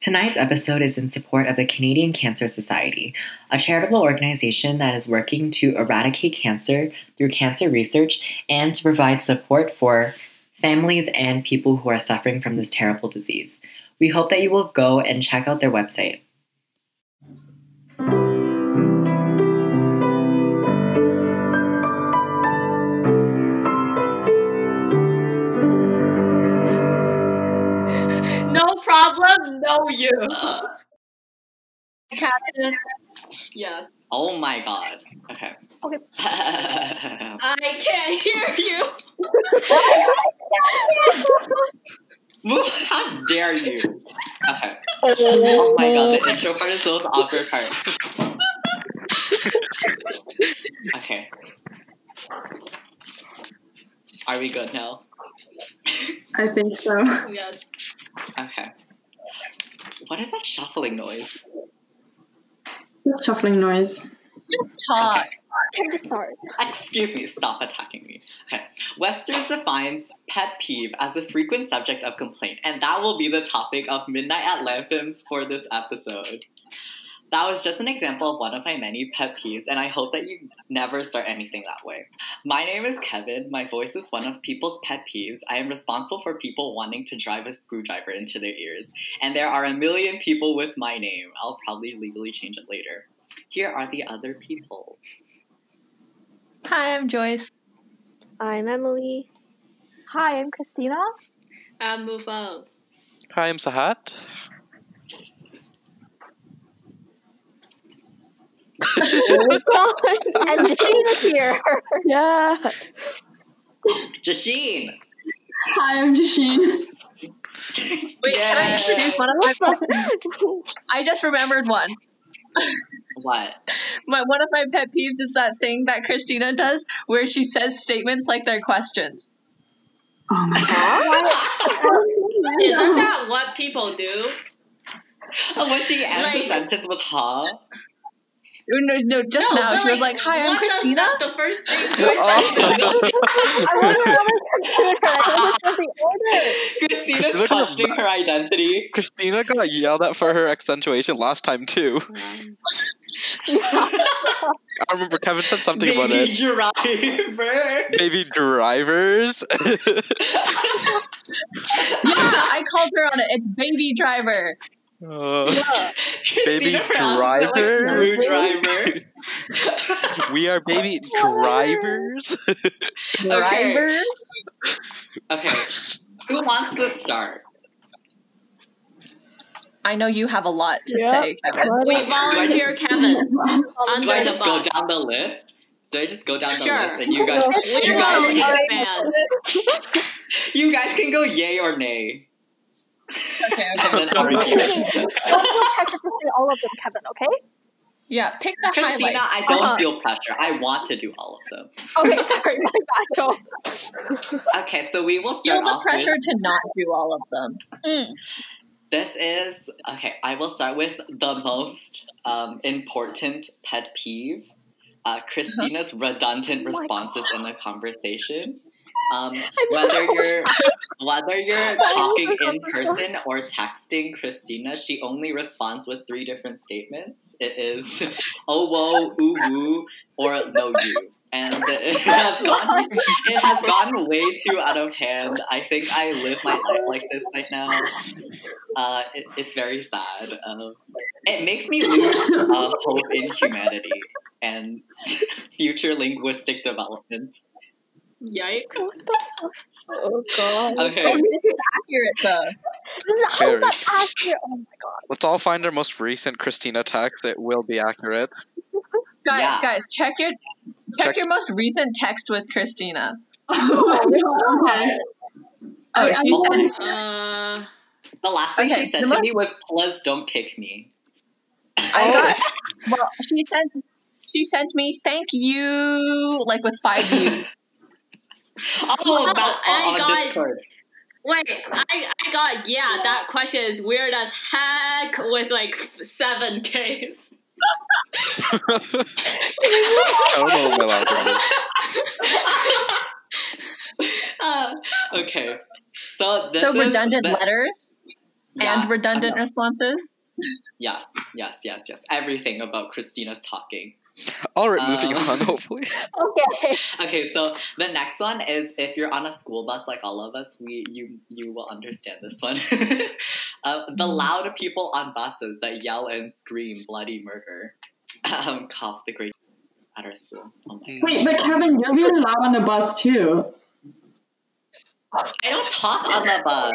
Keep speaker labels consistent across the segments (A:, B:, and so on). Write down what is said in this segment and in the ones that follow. A: Tonight's episode is in support of the Canadian Cancer Society, a charitable organization that is working to eradicate cancer through cancer research and to provide support for families and people who are suffering from this terrible disease. We hope that you will go and check out their website.
B: No problem, no you. Captain. Yes.
A: Oh my god. Okay.
C: Okay.
B: I can't hear you.
A: How dare you? Okay. Oh my god, the intro part is the most awkward part. okay. Are we good now?
D: I think so.
B: Yes.
A: Okay. What is that shuffling noise?
D: Shuffling noise.
B: Just talk.
C: Time to start.
A: Excuse me, stop attacking me. Okay. Webster's defines pet peeve as a frequent subject of complaint, and that will be the topic of Midnight at Lanthim's for this episode. That was just an example of one of my many pet peeves, and I hope that you never start anything that way. My name is Kevin. My voice is one of people's pet peeves. I am responsible for people wanting to drive a screwdriver into their ears, and there are a million people with my name. I'll probably legally change it later. Here are the other people.
E: Hi, I'm Joyce.
C: I'm Emily.
F: Hi, I'm Christina.
B: And Uh, move on.
G: Hi, I'm Sahat.
C: and Jashina's here.
F: Yes.
A: Jasheen!
D: Hi, I'm Jasheen.
E: Wait, can I introduce one of my? I just remembered one.
A: What?
E: My one of my pet peeves is that thing that Christina does, where she says statements like they're questions.
D: Oh my
B: Isn't that what people do?
A: Oh, when she ends the
B: Like-
A: sentence with huh?
E: No, no, just
B: No,
E: now
B: but
E: she was like, "Hi, I'm
B: what does
E: Christina."
B: that- the first thing
G: Oh.
A: Oh.
C: I wasn't on my computer. I wasn't supposed to order.
G: Christina
A: Christina's
G: got
A: questioning
G: back.
A: her identity.
G: Christina got yelled at for her accentuation last time too. I remember Kevin said something about
A: Baby
G: it.
A: driver.
G: Baby drivers.
E: yeah, I called her on it. It's baby driver.
G: Uh,
A: Christina
G: Baby
A: pronounces it
G: driver.
A: Like screwdriver.
G: we are baby drivers.
A: okay.
E: Driver.
A: okay. Who wants to start?
E: I know you have a lot to
F: Yeah.
E: say. Kevin.
B: We volunteer Kevin
A: Do I
B: under the
A: just go
B: bus.
A: down the list? Do I just go down the
B: Sure.
A: list and you guys
B: We
A: you
B: want
A: guys
B: to expand.
A: you guys can go yay or nay?
E: Okay,
A: And
E: okay.
A: then argue.
C: Don't feel pressure to say all of them, Kevin, okay?
E: Yeah, pick the highlight.
A: Christina, I don't
C: Uh-huh.
A: feel pressure. I want to do all of them.
C: Okay, sorry, my bad. Go.
A: Okay, so we will
E: Feel
A: start
E: the
A: off with
E: pressure to not do all of them.
A: This is okay. I will start with the most um, important pet peeve: uh, Christina's redundant
C: Oh my
A: responses in a conversation. Um, whether you're whether you're talking in person or texting Christina, she only responds with three different statements. It is oh whoa, ooh woo, or no you. And
C: Oh
A: it has gone it has gone way too out of hand. I think I live my life like this right now. Uh, it, it's very sad. Um, it makes me lose uh, hope in humanity and future linguistic developments.
B: Yike.
F: Oh god.
A: Okay,
E: Accurate though.
C: This is how
G: Very.
C: that past year. Oh my god.
G: Let's all find our most recent Christina text. It will be accurate.
E: Guys,
A: Yeah.
E: guys, check your check,
G: Check-
E: your most recent text with Christina.
D: Oh my
E: Oh,
D: I-
E: she
D: I-
E: said
B: Uh,
A: the last thing
E: Okay,
A: she said
E: the
A: to
E: most-
A: me was, "Plus, don't kick me." Oh.
E: I got well, she sent she sent me thank you like with five U's.
A: Oh, about
B: I
A: on
B: got-
A: Discord.
B: wait, I, I got, yeah, that question is weird as heck with like seven Ks.
G: Oh no, my love.
A: Uh, okay, so this
E: So
A: is
E: redundant
A: the-
E: letters.
A: Yeah,
E: and redundant
A: I know.
E: responses.
A: Yes, yes, yes, yes. Everything about Christina's talking.
G: All right, moving
A: Um,
G: on. Hopefully,
C: Okay.
A: Okay, so the next one is if you're on a school bus like all of us, we you you will understand this one. uh, the loud people on buses that yell and scream bloody murder. Um, cough the great at our school. Oh my.
D: Wait, but Kevin, you're really loud on the bus too.
A: I don't talk on the bus.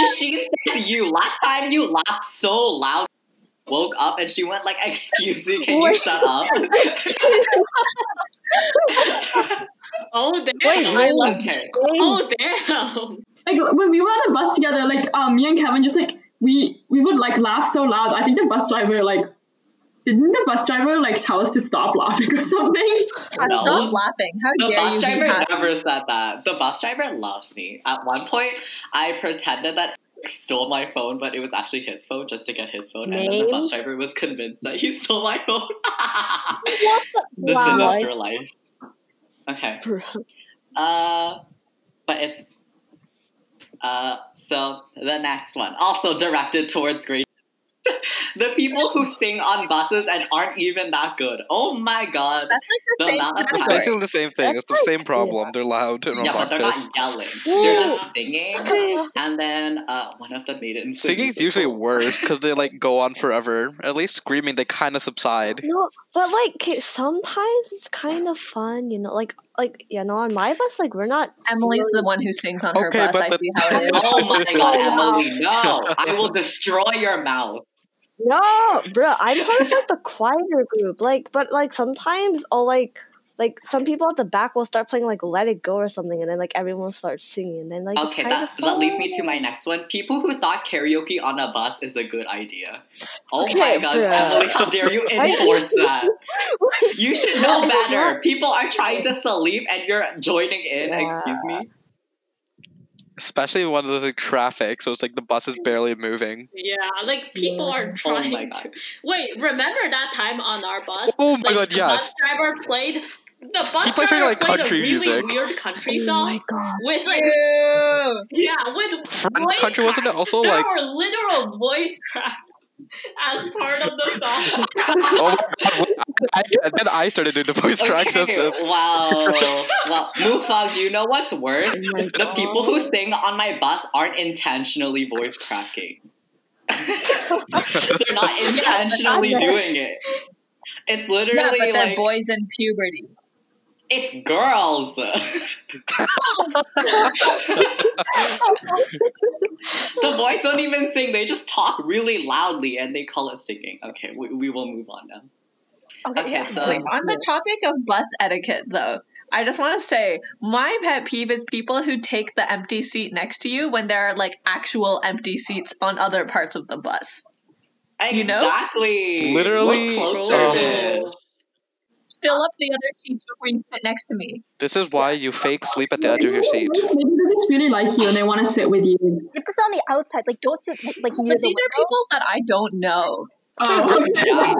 A: Jasheen said to you last time you laughed so loud. Woke up and she went like, "Excuse me, can you shut up?"
B: Oh damn!
A: I love her.
B: oh damn!
D: Like when we were on the bus together, like um, me and Kevin just like we we would like laugh so loud. I think the bus driver like didn't the bus driver like tell us to stop laughing or something?
A: No.
E: Stop laughing. How
A: The
E: dare
A: bus
E: you be
A: driver
E: happy?
A: never said that. The bus driver loves me. At one point, I pretended that he stole my phone, but it was actually his phone just to get his phone. And then the bus
C: Names?
A: driver was convinced that he stole my phone.
C: What the?
A: the
C: Wow.
A: sinister life. Okay. Uh, but it's uh. So the next one, also directed towards grade. the people who sing on buses and aren't even that good. Oh my god.
E: That's
A: The
E: like
A: amount
E: the
A: of
E: same
A: Sorry.
E: category.
G: basically the same thing.
F: That's
G: It's the same problem. They're loud and
A: Yeah, but they're not
G: obnoxious.
A: yelling.
C: Woo.
A: They're just singing. And then uh, one of them made it into a
G: Singing's
A: musical.
G: usually worse because they like go on forever. At least screaming, they kind of subside.
F: No, but like okay, sometimes it's kind of fun, you know. Like like you know, on my bus, like we're not.
E: Emily's the one who sings on her
G: Okay,
E: bus.
G: but
E: I
G: the-
E: see how it is.
A: Oh my god,
C: Oh, wow.
A: Emily, no! I will destroy your mouth.
F: No, bro, I'm part of like the choir group. Like, but like sometimes I'll like like some people at the back will start playing like "Let It Go" or something, and then like everyone starts singing, and then like it's
A: Okay,
F: kind
A: that,
F: of
A: that leads me to
F: fun.
A: my next one. People who thought karaoke on a bus is a good idea. Oh my
F: Okay,
A: god,
F: bruh.
A: Emily, how dare you enforce that? You should know
F: It's not-
A: better. People are trying to sleep and you're joining in.
F: Yeah.
A: Excuse me.
G: Especially when there's like traffic, so it's like the bus is barely moving.
B: Yeah, like people are
A: Oh
B: trying
A: my
B: to
A: god.
B: Wait, remember that time on our bus?
G: Oh my
B: Like,
G: god,
B: the
G: yes.
B: bus driver played. The bus
G: He played
B: driver
G: very, like,
B: played
G: country
B: a really
G: music.
B: weird country
F: Oh
B: song
F: my god!
B: with like
E: Ew.
B: yeah with
G: Friend
B: voice
G: country wasn't it
B: cracks.
G: also
B: there
G: like
B: were literal voice cracks as part of the song.
G: oh my god? I, then I started doing the voice cracks. That's
A: Okay,
G: it.
A: wow. well, Mufang, do you know what's worse?
E: Oh
F: my
A: The people who sing on my bus aren't intentionally voice cracking. They're not intentionally
C: Yeah, but
A: doing it. It's
E: Yeah,
A: literally
E: but they're
A: like
E: boys in puberty.
A: it's girls. the boys don't even sing; they just talk really loudly, and they call it singing. Okay, we, we will move on now. Okay, so
E: Wait, on the topic of bus etiquette, though, I just want to say my pet peeve is people who take the empty seat next to you when there are like actual empty seats on other parts of the bus. You know?
A: exactly,
G: Literally,
A: What close
G: oh.
A: service.
E: Fill up the other seats before you sit next to me.
G: This is why you fake sleep at the edge of your seat.
D: Maybe they just really like you and they want to sit with you.
C: Get this on the outside. Like, don't sit like near
E: But
C: the
E: these are
C: window.
E: people that I don't know.
D: Oh,
A: Yeah.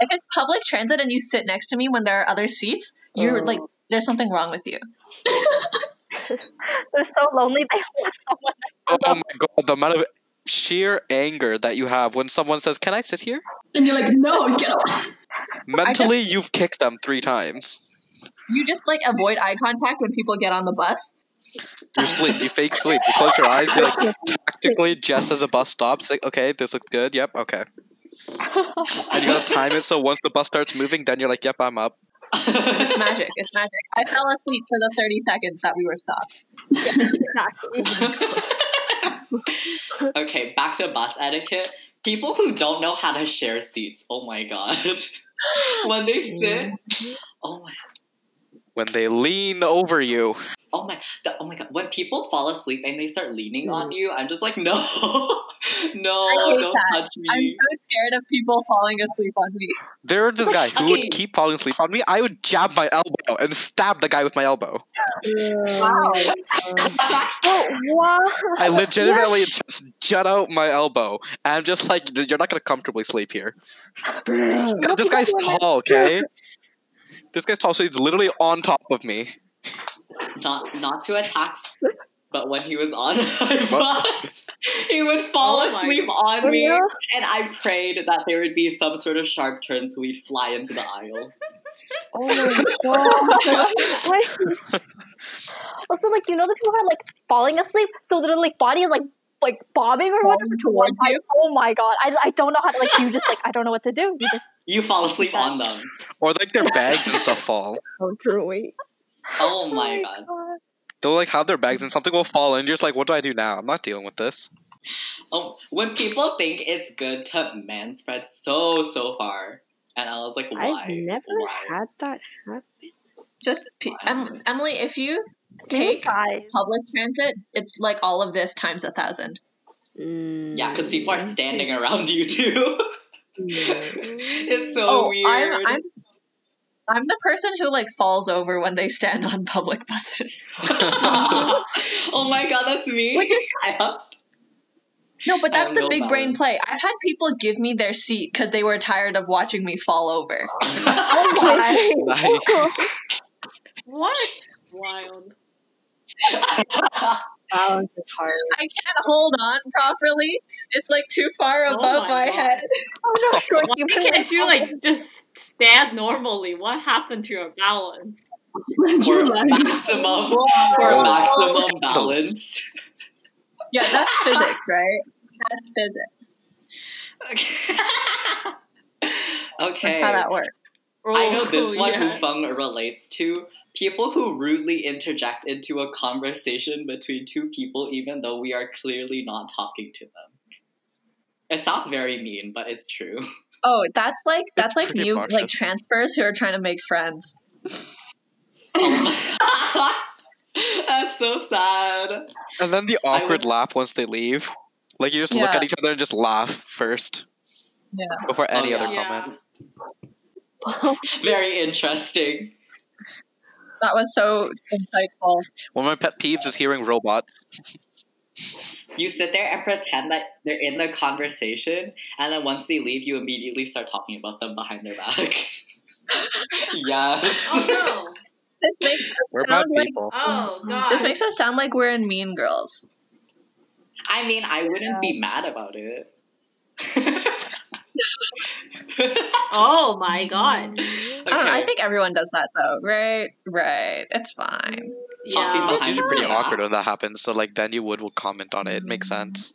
E: If it's public transit and you sit next to me when there are other seats,
C: Oh.
E: you're like, there's something wrong with you.
C: They're so lonely. They want someone.
G: Oh my god, the amount of sheer anger that you have when someone says, "Can I sit here?"
D: and you're like, no, get off.
G: Mentally, you've kicked them three times.
E: You just like avoid eye contact when people get on the bus.
G: You sleep. You fake sleep. You close your eyes. You like tactically just as the bus stops. Like, okay, this looks good. Yep, okay. And you gotta time it so once the bus starts moving, then you're like, "Yep, I'm up."
E: It's magic. It's magic. I fell asleep for the 30 seconds that we were stopped.
A: okay, back to bus etiquette. People who don't know how to share seats. Oh my god. when they sit. Oh my.
G: When they lean over you,
A: Oh my. The, oh my god. When people fall asleep and they start leaning on you, I'm just like, no, no,
E: hate
A: don't
E: that.
A: touch
E: I'm
A: me.
E: so scared of people falling asleep on me.
G: There was this guy who
A: Okay.
G: would keep falling asleep on me. I would jab my elbow and stab the guy with my elbow.
E: Wow.
C: What?
G: I legitimately just jut out my elbow. And I'm just like, you're not going to comfortably sleep here. God, this guy's tall, okay? This guy's tall, so he's literally on top of me.
A: not not to attack But when he was on my bus, he would fall
B: Oh my
A: asleep on me, and I prayed that there would be some sort of sharp turn so we'd fly into the aisle.
F: Oh my god. Wait.
C: Also, like you know, the people who are like falling asleep, so their like body is like like bobbing or whatever
E: Bobbing
C: to one
E: towards
C: side.
E: you.
C: Oh my god, I, I don't know how to like you just like I don't know what to do. You just,
A: You fall asleep on them.
G: Or like their bags and stuff fall.
F: Oh, true, wait.
A: Oh my god.
G: They'll like have their bags and something will fall and you're just like, what do I do now? I'm not dealing with this.
A: Oh, when people think it's good to man spread so so far, and I was like, why?
F: I've never
A: Why?
F: had that happen.
E: Just pe- em- Emily, if you
C: Maybe
E: take
C: guys.
E: public transit, it's like all of this times a thousand.
A: Yeah, because people
F: Mm.
A: are standing around you too. it's so
E: oh,
A: weird.
E: I'm I'm I'm the person who like falls over when they stand on public buses.
A: oh my god, that's me.
E: Which is-
A: I have-
E: No, but
A: I
E: that's
A: have
E: the
A: no
E: big brain
A: balance.
E: play. I've had people give me their seat because they were tired of watching me fall over.
C: Oh Guys.
G: Nice.
B: What? Wild.
F: Balance is hard.
E: I can't hold on properly. It's like too far
B: Oh
E: above
B: my
E: my,
B: God.
E: head.
C: I'm not sure.
B: You can't you like just stand normally? What happened to your balance?
A: for
D: your legs.
A: maximum for
G: Oh.
A: maximum
G: Scandals.
A: balance.
E: Yeah, that's physics, right? That's physics.
A: Okay.
E: That's how that works.
A: I know
B: Oh,
A: this one
B: yeah.
A: Hufeng relates to people who rudely interject into a conversation between two people, even though we are clearly not talking to them. It sounds very mean, but it's true.
E: Oh, that's like that's like
G: pretty
E: new like
G: obnoxious.
E: transfers who are trying to make friends.
A: That's so sad.
G: And then the
A: I
G: awkward
A: would-
G: laugh once they leave. Like you just look
E: Yeah.
G: at each other and just laugh first.
E: Yeah.
G: Before any
A: Oh, yeah.
G: other
B: Yeah.
G: comment.
A: Very interesting.
E: That was so insightful.
G: One of my pet peeves is hearing robots.
A: You sit there and pretend that they're in the conversation, and then once they leave, you immediately start talking about them behind their back. yes.
B: Oh no.
E: This makes us
G: We're bad
E: sound like
G: people.
B: Oh god.
E: this makes us sound like we're in Mean Girls.
A: I mean, I wouldn't be mad about it. okay.
B: oh my god.
E: I don't know. I think everyone does that though, right? Right. It's fine.
B: Yeah.
A: Talking
G: It's usually
A: behind
G: pretty
A: your back.
G: awkward when that happens, so like then you would, would comment on it. Makes sense.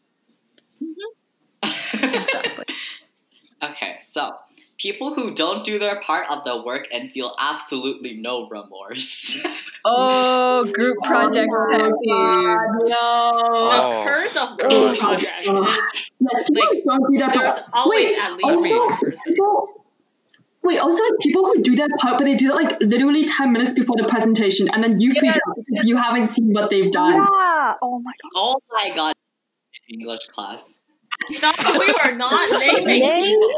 E: Exactly.
A: okay, so people who don't do their part of the work and feel absolutely no remorse.
E: oh, group project pet peeve.
D: No.
B: The
G: Oh,
B: curse of group
D: God.
B: project is
D: Yes, people
B: Like,
D: don't do that.
B: there's
D: part.
B: always
D: Wait,
B: at least
D: also,
B: one person.
D: People, wait, also like people who do that part, but they do that like literally ten minutes before the presentation, and then you freak
E: Yes.
D: out because you haven't seen what they've done.
C: Yeah. Oh my god.
A: oh my god, English class.
B: No, we were not naming
F: Nay?
B: people.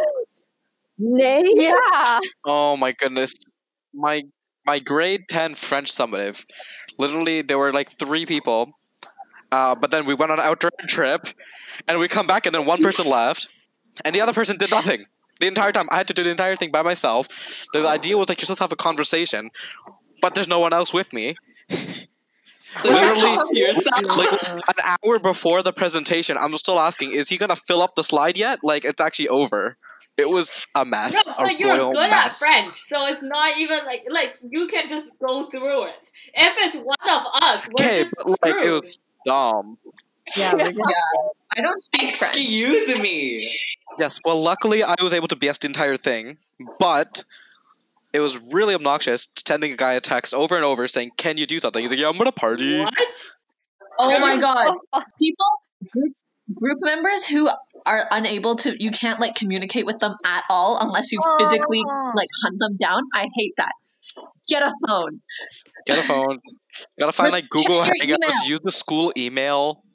F: Nay?
C: Yeah.
G: Oh my goodness. My my grade 10 French summative. Literally there were like three people. Uh, but then we went on an outdoor trip and we come back and then one person left and the other person did nothing. The entire time I had to do the entire thing by myself. The idea was like you're supposed to have a conversation, but there's no one else with me.
A: So
G: Literally-
A: you talk to yourself.
G: Like an hour before the presentation, I'm still asking, is he gonna fill up the slide yet? Like it's actually over. It was a
B: No,
G: mess. a
B: but you're
G: royal
B: good at
G: mess.
B: French, so it's not even like like you can just go through it. If it's one of us, we're
G: Okay,
B: just
G: but like
B: screwed.
G: it was dumb.
F: Yeah, we're good.
E: I don't speak French.
A: Excuse me.
G: Yes, well, luckily I was able to BS the entire thing, but it was really obnoxious sending a guy a text over and over saying, Can you do something? He's like, Yeah, I'm gonna party.
B: What?
E: Oh my god. People group group members who are unable to you can't like communicate with them at all unless you physically like hunt them down. I hate that. Get a phone.
G: Get a phone. Gotta find
E: Let's
G: like Google
E: check your
G: Hangouts,
E: email.
G: use the school email.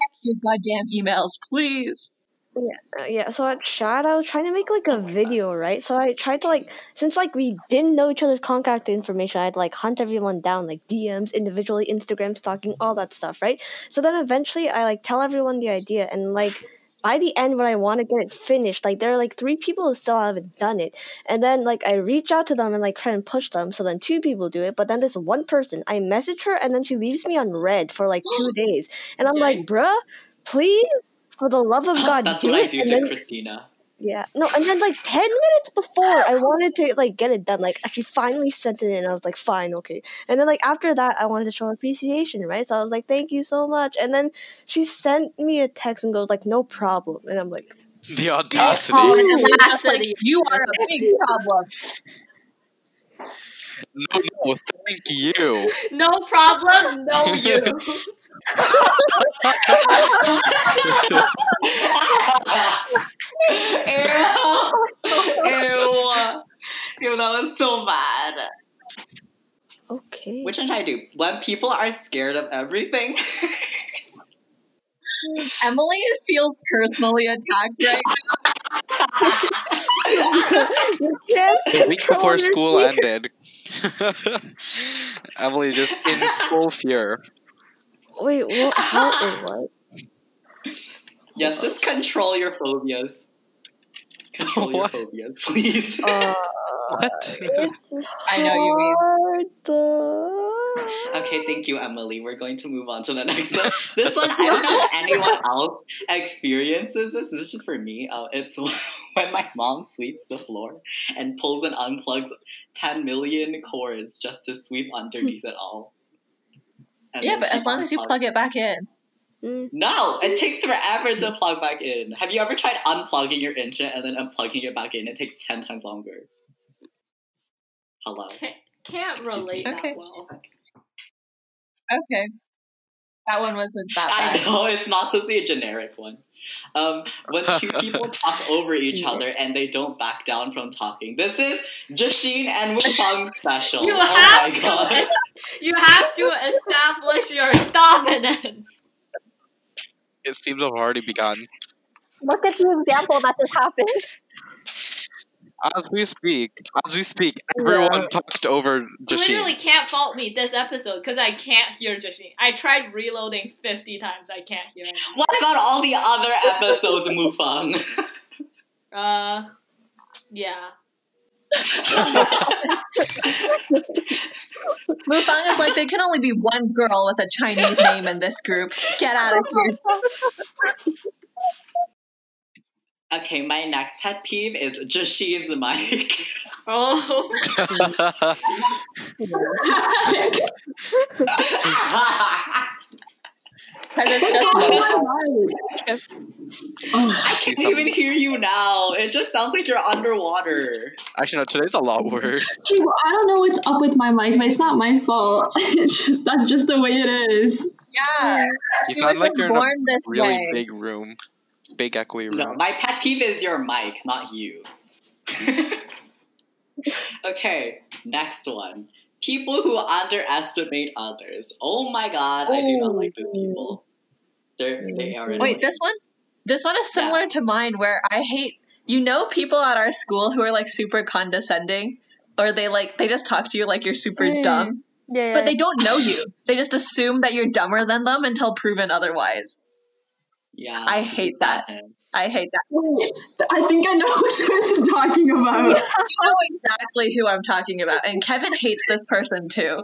E: Check your goddamn emails, please.
F: Uh, yeah, so at Shad, I was trying to make like a video, right? So I tried to like, since like we didn't know each other's contact information, I had to like hunt everyone down, like DMs, individually, Instagram stalking, all that stuff, right? So then eventually I like tell everyone the idea, and like by the end when I want to get it finished, like there are like three people who still haven't done it. And then like I reach out to them and like try and push them. So then two people do it, but then this one person, I message her and then she leaves me on red for like two days. And I'm like, bruh, please, for the love of Oh God,
A: That's
F: do
A: what
F: it.
A: I do
F: and
A: to
F: then
A: Christina.
F: yeah. No, and then like ten minutes before I wanted to like get it done. Like she finally sent it in. I was like, fine, okay. And then like after that I wanted to show appreciation, right? So I was like, Thank you so much. And then she sent me a text and goes like, No problem. And I'm like,
G: The audacity.
B: Oh,
E: And then just like,
B: Audacity.
E: you are a big problem.
G: No, no, thank you.
B: No problem, no you.
A: Ew. Ew. Ew, that was so bad.
F: Okay.
A: Which one should I do? When people are scared of everything.
E: Emily feels personally attacked right
F: you can't
G: The week
F: control
G: before
F: your
G: school
F: fear.
G: ended, Emily just in full fear.
F: Wait, what how wait, what?
A: yes, just control your phobias. Control your
G: What?
A: phobias, please.
F: Uh,
G: What?
F: it's
E: I know you mean.
F: hard though.
A: Okay, thank you, Emily. We're going to move on to the next one. This one, I don't know if anyone else experiences this. This is just for me. Uh, it's when my mom sweeps the floor and pulls and unplugs 10 million cords just to sweep underneath it all. And
E: Yeah,
A: then
E: but
A: she
E: as long as you
A: unplugs-
E: plug it back in.
F: Mm.
A: No, it takes forever to plug back in. Have you ever tried unplugging your internet and then unplugging it back in? It takes 10 times longer. Hello.
B: Can't, can't relate
E: Okay.
B: that well.
E: Okay. That one wasn't that
A: I
E: bad.
A: know it's not supposed to be a generic one. Um, when two people talk over each other and they don't back down from talking, this is Jasheen and Wufang's special.
B: You
A: oh
B: have
A: my
B: to
A: god!
B: es- you have to establish your dominance.
G: It seems to have already begun.
C: Look at the example that just happened.
G: As we speak, as we speak, everyone talked over
B: You literally
G: Jasheen.
B: can't fault me this episode because I can't hear Jashin. I tried reloading 50 times. I can't hear it.
A: What about all the other episodes, Mufang?
B: Uh, yeah.
E: Mufang is like, there can only be one girl with a Chinese name in this group. Get out of here.
A: okay, my next pet peeve is Jasheen's mic.
B: Oh,
A: I
E: Because it's just Mufang.
D: oh,
A: can't even hear you now. It just sounds like you're underwater.
G: Actually, no, today's a lot worse.
D: Hey, well, I don't know what's up with my mic, but it's not my fault. It's just, that's just the way it is.
E: Yeah.
G: You
E: You were
G: sound like
E: just
G: you're in a
E: born this
G: really
E: way.
G: big room, big echoey room.
A: No, my pet peeve is your mic, not you. okay, next one. People who underestimate others. Oh my god, I do not like these people. They're, they are annoying.
E: Oh. Wait, this one? This one is similar to mine where I hate you know people at our school who are like super condescending or they like they just talk to you like you're super
C: Mm.
E: dumb,
C: Yeah,
E: but they don't know you. They just assume that you're dumber than them until proven otherwise.
A: yeah,
E: I hate that. I hate that.
D: Wait, I think I know what Chris is talking about.
E: You know exactly who I'm talking about and Kevin hates this person too.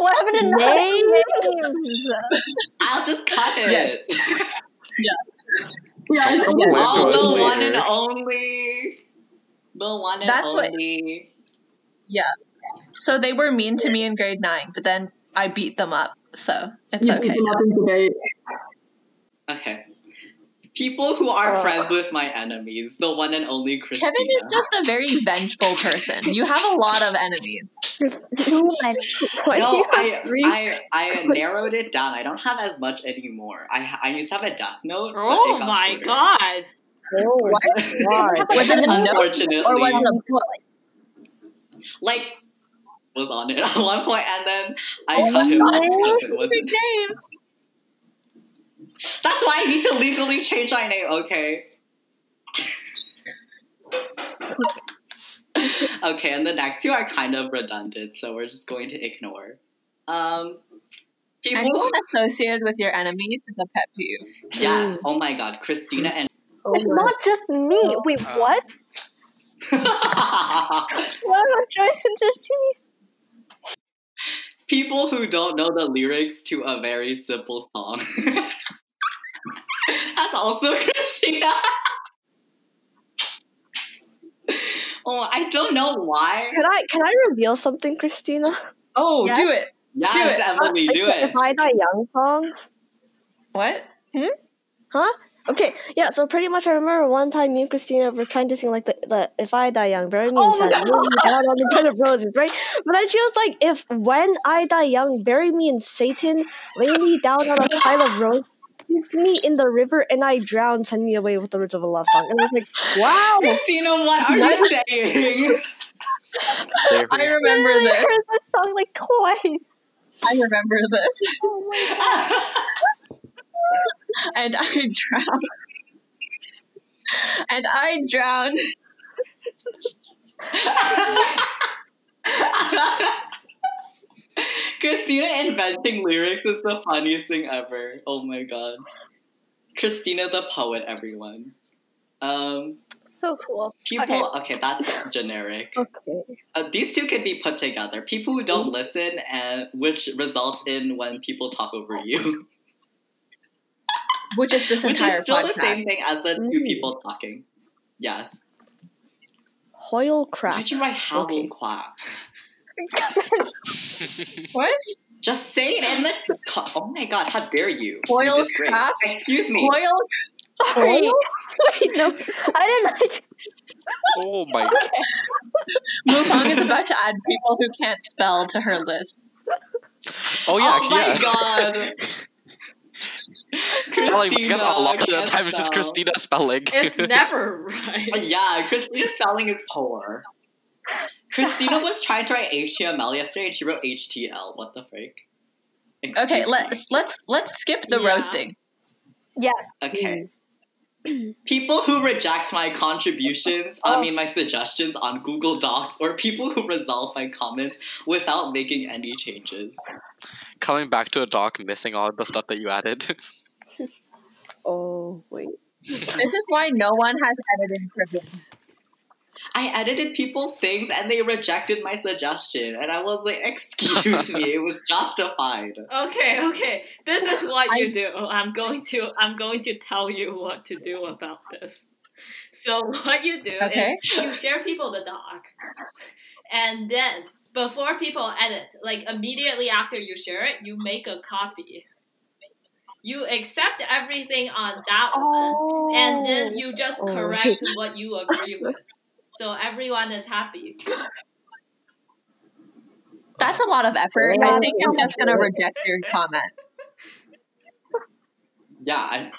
C: what happened to
F: Names?
C: names?
A: I'll just cut it.
D: Yeah,
G: Don't
D: it's always-
G: complain Wait till
A: Oh,
G: us
A: the one
G: later.
A: and only. The one and
E: That's what-
A: only.
E: So they were mean to me in grade 9, but then I beat them up. So it's
D: you
E: okay.
D: beat them up in debate.
A: Okay. People who are
F: Uh.
A: friends with my enemies. The one and only Christina.
E: Kevin is just a very vengeful person. You have a lot of enemies.
C: Too many.
F: Why do
A: no,
F: you have
A: I,
F: three
A: I I narrowed it down. I don't have as much anymore. I I used to have a death note. but
B: oh
A: it got
B: my
A: shorter.
B: god.
F: Oh god.
C: Like,
E: Was it a note or was
A: Unfortunately,
E: it a book?
A: like was on it at one point, and then I
E: Oh
A: cut him
E: God.
A: off because it
E: Big
A: wasn't.
E: names.
A: That's why I need to legally change my name. Okay. okay, and the next two are kind of redundant, so we're just going to ignore. Um, People,
E: Anyone associated with your enemies is a pet peeve.
A: yes. Oh my God, Christina and
C: It's not just me. Wait,
G: Uh,
C: what?
A: people
C: What about Joyce and Justine?
A: who don't know the lyrics to a very simple song. That's also Christina. oh, I don't know why.
F: Can I can I reveal something, Christina?
E: Oh,
C: Yes.
E: do it.
A: Yes,
E: Do it.
A: Emily, do it.
F: If I die young song.
E: What?
F: Huh? Okay, yeah, so pretty much I remember one time me and Christina were trying to sing like the, the If I Die Young, very me
E: Oh
F: in
E: my
F: Time, bury me down on the bed of roses, right? But then she was like, if when I die young, bury me in Satan, lay me down on a pile of roses, sink me in the river and I drown, send me away with the words of a love song. And I was like, wow.
A: Christina, what are you saying?
E: I remember
C: I
E: this.
C: heard this song like twice.
E: I remember this. And I drowned. And I drowned.
A: Christina inventing lyrics is the funniest thing ever. Oh my god. Christina the poet, everyone. Um,
C: So cool.
A: people, okay, that's generic.
F: Okay.
A: Uh, these two can be put together. People who don't listen, and which results in when people talk over you,
E: Which is this
A: which
E: entire
A: is still
E: podcast.
A: the same thing as the two
F: Mm.
A: people talking. Yes.
F: Hoyle crap.
A: Why'd you write howl
F: Okay.
A: quack?
E: What?
A: Just say it in the. co- Oh my god! How dare you?
E: Hoyle
A: You disgrace.
E: crap?
A: Excuse me.
E: Coil?
C: Sorry.
F: Wait, no.
C: I didn't like
G: oh my
E: Mufang is about to add people who can't spell to her list.
G: Oh yeah,
A: oh
G: actually,
A: my
G: yeah.
A: god.
G: Spelling,
A: Christina,
G: I guess a lot of the
A: can't
G: time it's just
A: spell.
G: Christina spelling.
B: It's never
A: Uh,
B: right.
A: Yeah, Christina's spelling is poor. Christina was trying to write HTML yesterday and she wrote HTL. What the freak? Excuse
E: Okay,
A: me.
E: let's let's let's skip the
B: Yeah.
E: roasting.
A: Okay. Mm. People who reject my contributions,
B: Oh.
A: I mean my suggestions on Google Docs, or people who resolve my comment without making any changes.
G: Coming back to a doc, missing all the stuff that you added.
F: Oh, wait.
E: This is why no one has editing privilege.
A: I edited people's things and they rejected my suggestion, and I was like, excuse me, it was justified.
B: Okay, okay. This is what you do. I'm going to I'm going to tell you what to do about this. So what you do
E: Okay.
B: is you share people the doc, and then before people edit, like immediately after you share it, you make a copy. You accept everything on that one,
C: Oh.
B: and then you just
F: Oh.
B: correct what you agree with. So everyone is happy.
E: That's a lot of effort.
F: Yeah.
E: I think I'm just gonna reject your comment.
A: Yeah.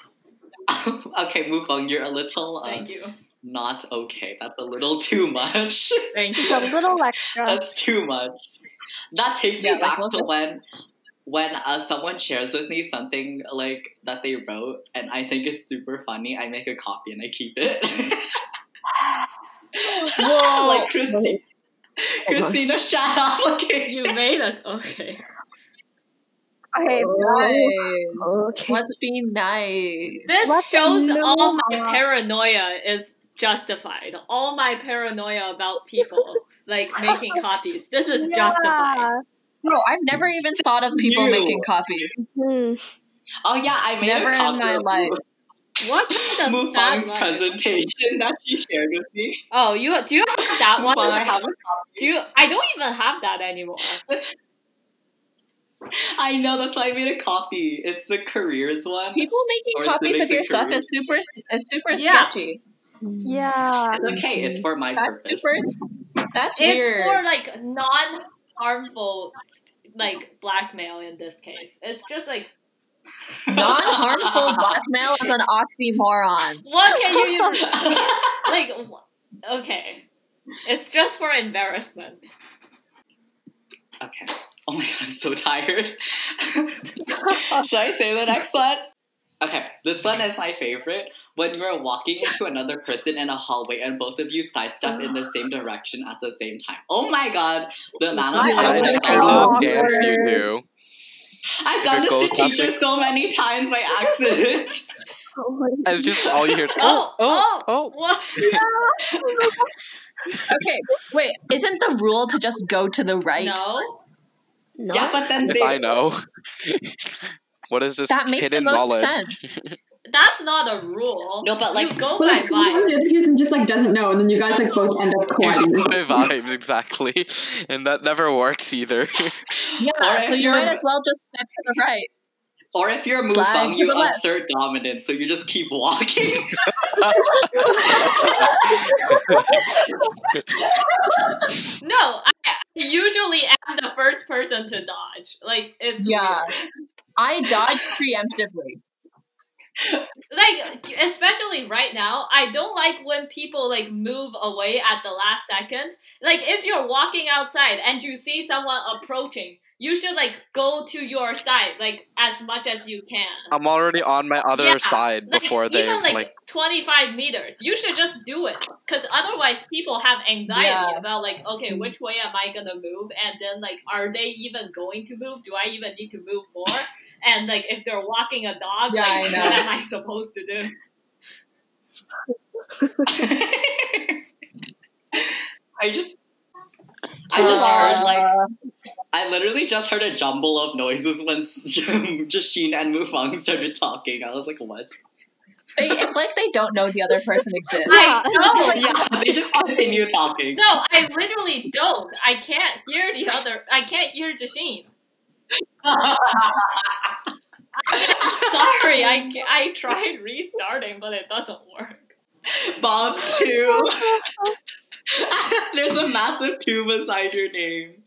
A: I, okay, move on. You're a little uh,
B: Thank you.
A: not okay. That's a little too much.
B: Thank
C: It's a
B: you.
C: little extra.
A: That's too much. That takes
E: Yeah,
A: me
E: like,
A: back
E: look
A: to
E: at-
A: when when uh, someone shares with me something like that they wrote, and I think it's super funny. I make a copy and I keep it. like Christi-
F: on.
A: Christina, shout application.
B: You made it. Okay.
C: Okay.
E: Nice.
F: Okay.
E: Let's be nice.
B: This
C: Let's
B: shows
C: move
B: all my
C: on.
B: paranoia is justified. All my paranoia about people like making copies. This is justified.
E: No, I've never even thought of people
A: You.
E: making copies.
F: Hmm.
A: Oh yeah, I made
E: Never
A: a
E: in
A: copy
E: my
A: of
E: life.
B: What kind of sad
A: Mufang's
B: life?
A: presentation that she shared with me.
B: Oh, you do you have that
A: Mufang, I
B: one?
A: have a
B: Do you, I don't even have that anymore.
A: I know that's why I made a copy. It's the careers one.
E: People making
A: Or
E: copies
A: civics
E: of your
A: and
E: stuff
A: careers.
E: is super is super
B: Yeah.
E: sketchy.
C: Yeah.
A: It's okay. It's for my
E: That's
A: purpose.
E: super. That's
B: It's
E: weird.
B: for like non harmful like blackmail in this case. It's just like
E: Non-harmful blackmail is an oxymoron.
B: what can you even like? wh- Okay, it's just for embarrassment.
A: okay. Oh my god, I'm so tired. Should I say the next one? Okay, this one is my favorite. When you're walking into another person in a hallway and both of you sidestep in the same direction at the same time. Oh my god, the amount of
E: My
A: times
G: I
A: I
G: like
E: God.
A: saw
G: your little
A: that.
G: dance you
C: Awkward.
G: do.
A: I've done
G: The
A: this
G: gold
A: to teachers
G: classic.
A: so many times by accident.
G: And it's just all you hear. is,
B: Oh, oh,
G: oh.
B: What?
E: Okay, wait. Isn't the rule to just go to the right?
B: No.
F: No.
A: Yeah, but then
G: Yes,
A: they
G: I know. what is this
E: That makes the
G: hidden
E: most
G: knowledge?
E: sense.
B: That's not a rule.
A: No, but, like-
B: you go
D: But
B: by
D: like, sometimes
B: vibes.
D: the other person just like doesn't know, and then you guys like both end up colliding.
G: My vibes exactly, and that never works either.
E: Yeah,
A: if
E: so you
A: you're-
E: might as well just step to the right.
A: Or if you're a
E: Slide
A: Mufang,
E: to
A: you
E: the left.
A: assert dominance, so you just keep walking.
B: No, I I usually am the first person to dodge. Like it's
E: Yeah. I dodged preemptively.
B: like especially right now i don't like when people like move away at the last second like if you're walking outside and you see someone approaching you should like go to your side like as much as you can
G: I'm already on my other
B: Yeah,
G: side
B: like,
G: before they
B: even like,
G: like
B: 25 meters you should just do it because otherwise people have anxiety
E: Yeah.
B: about like okay which way am i gonna move and then like are they even going to move do i even need to move more and like if they're walking a dog
E: Yeah,
B: like
E: I know.
B: what am i supposed to do
A: I just, I
E: Uh,
A: just heard like I literally just heard a jumble of noises when Jasheen and Mufang started talking. I was like, what?
E: they, it's like they don't know the other person exists.
B: I know.
A: Yeah, they just continue talking.
B: No, I literally don't. I can't hear the other. I can't hear Jasheen. Sorry, I, ca- I tried restarting, but it doesn't work.
A: Bob two. There's a massive two beside your name.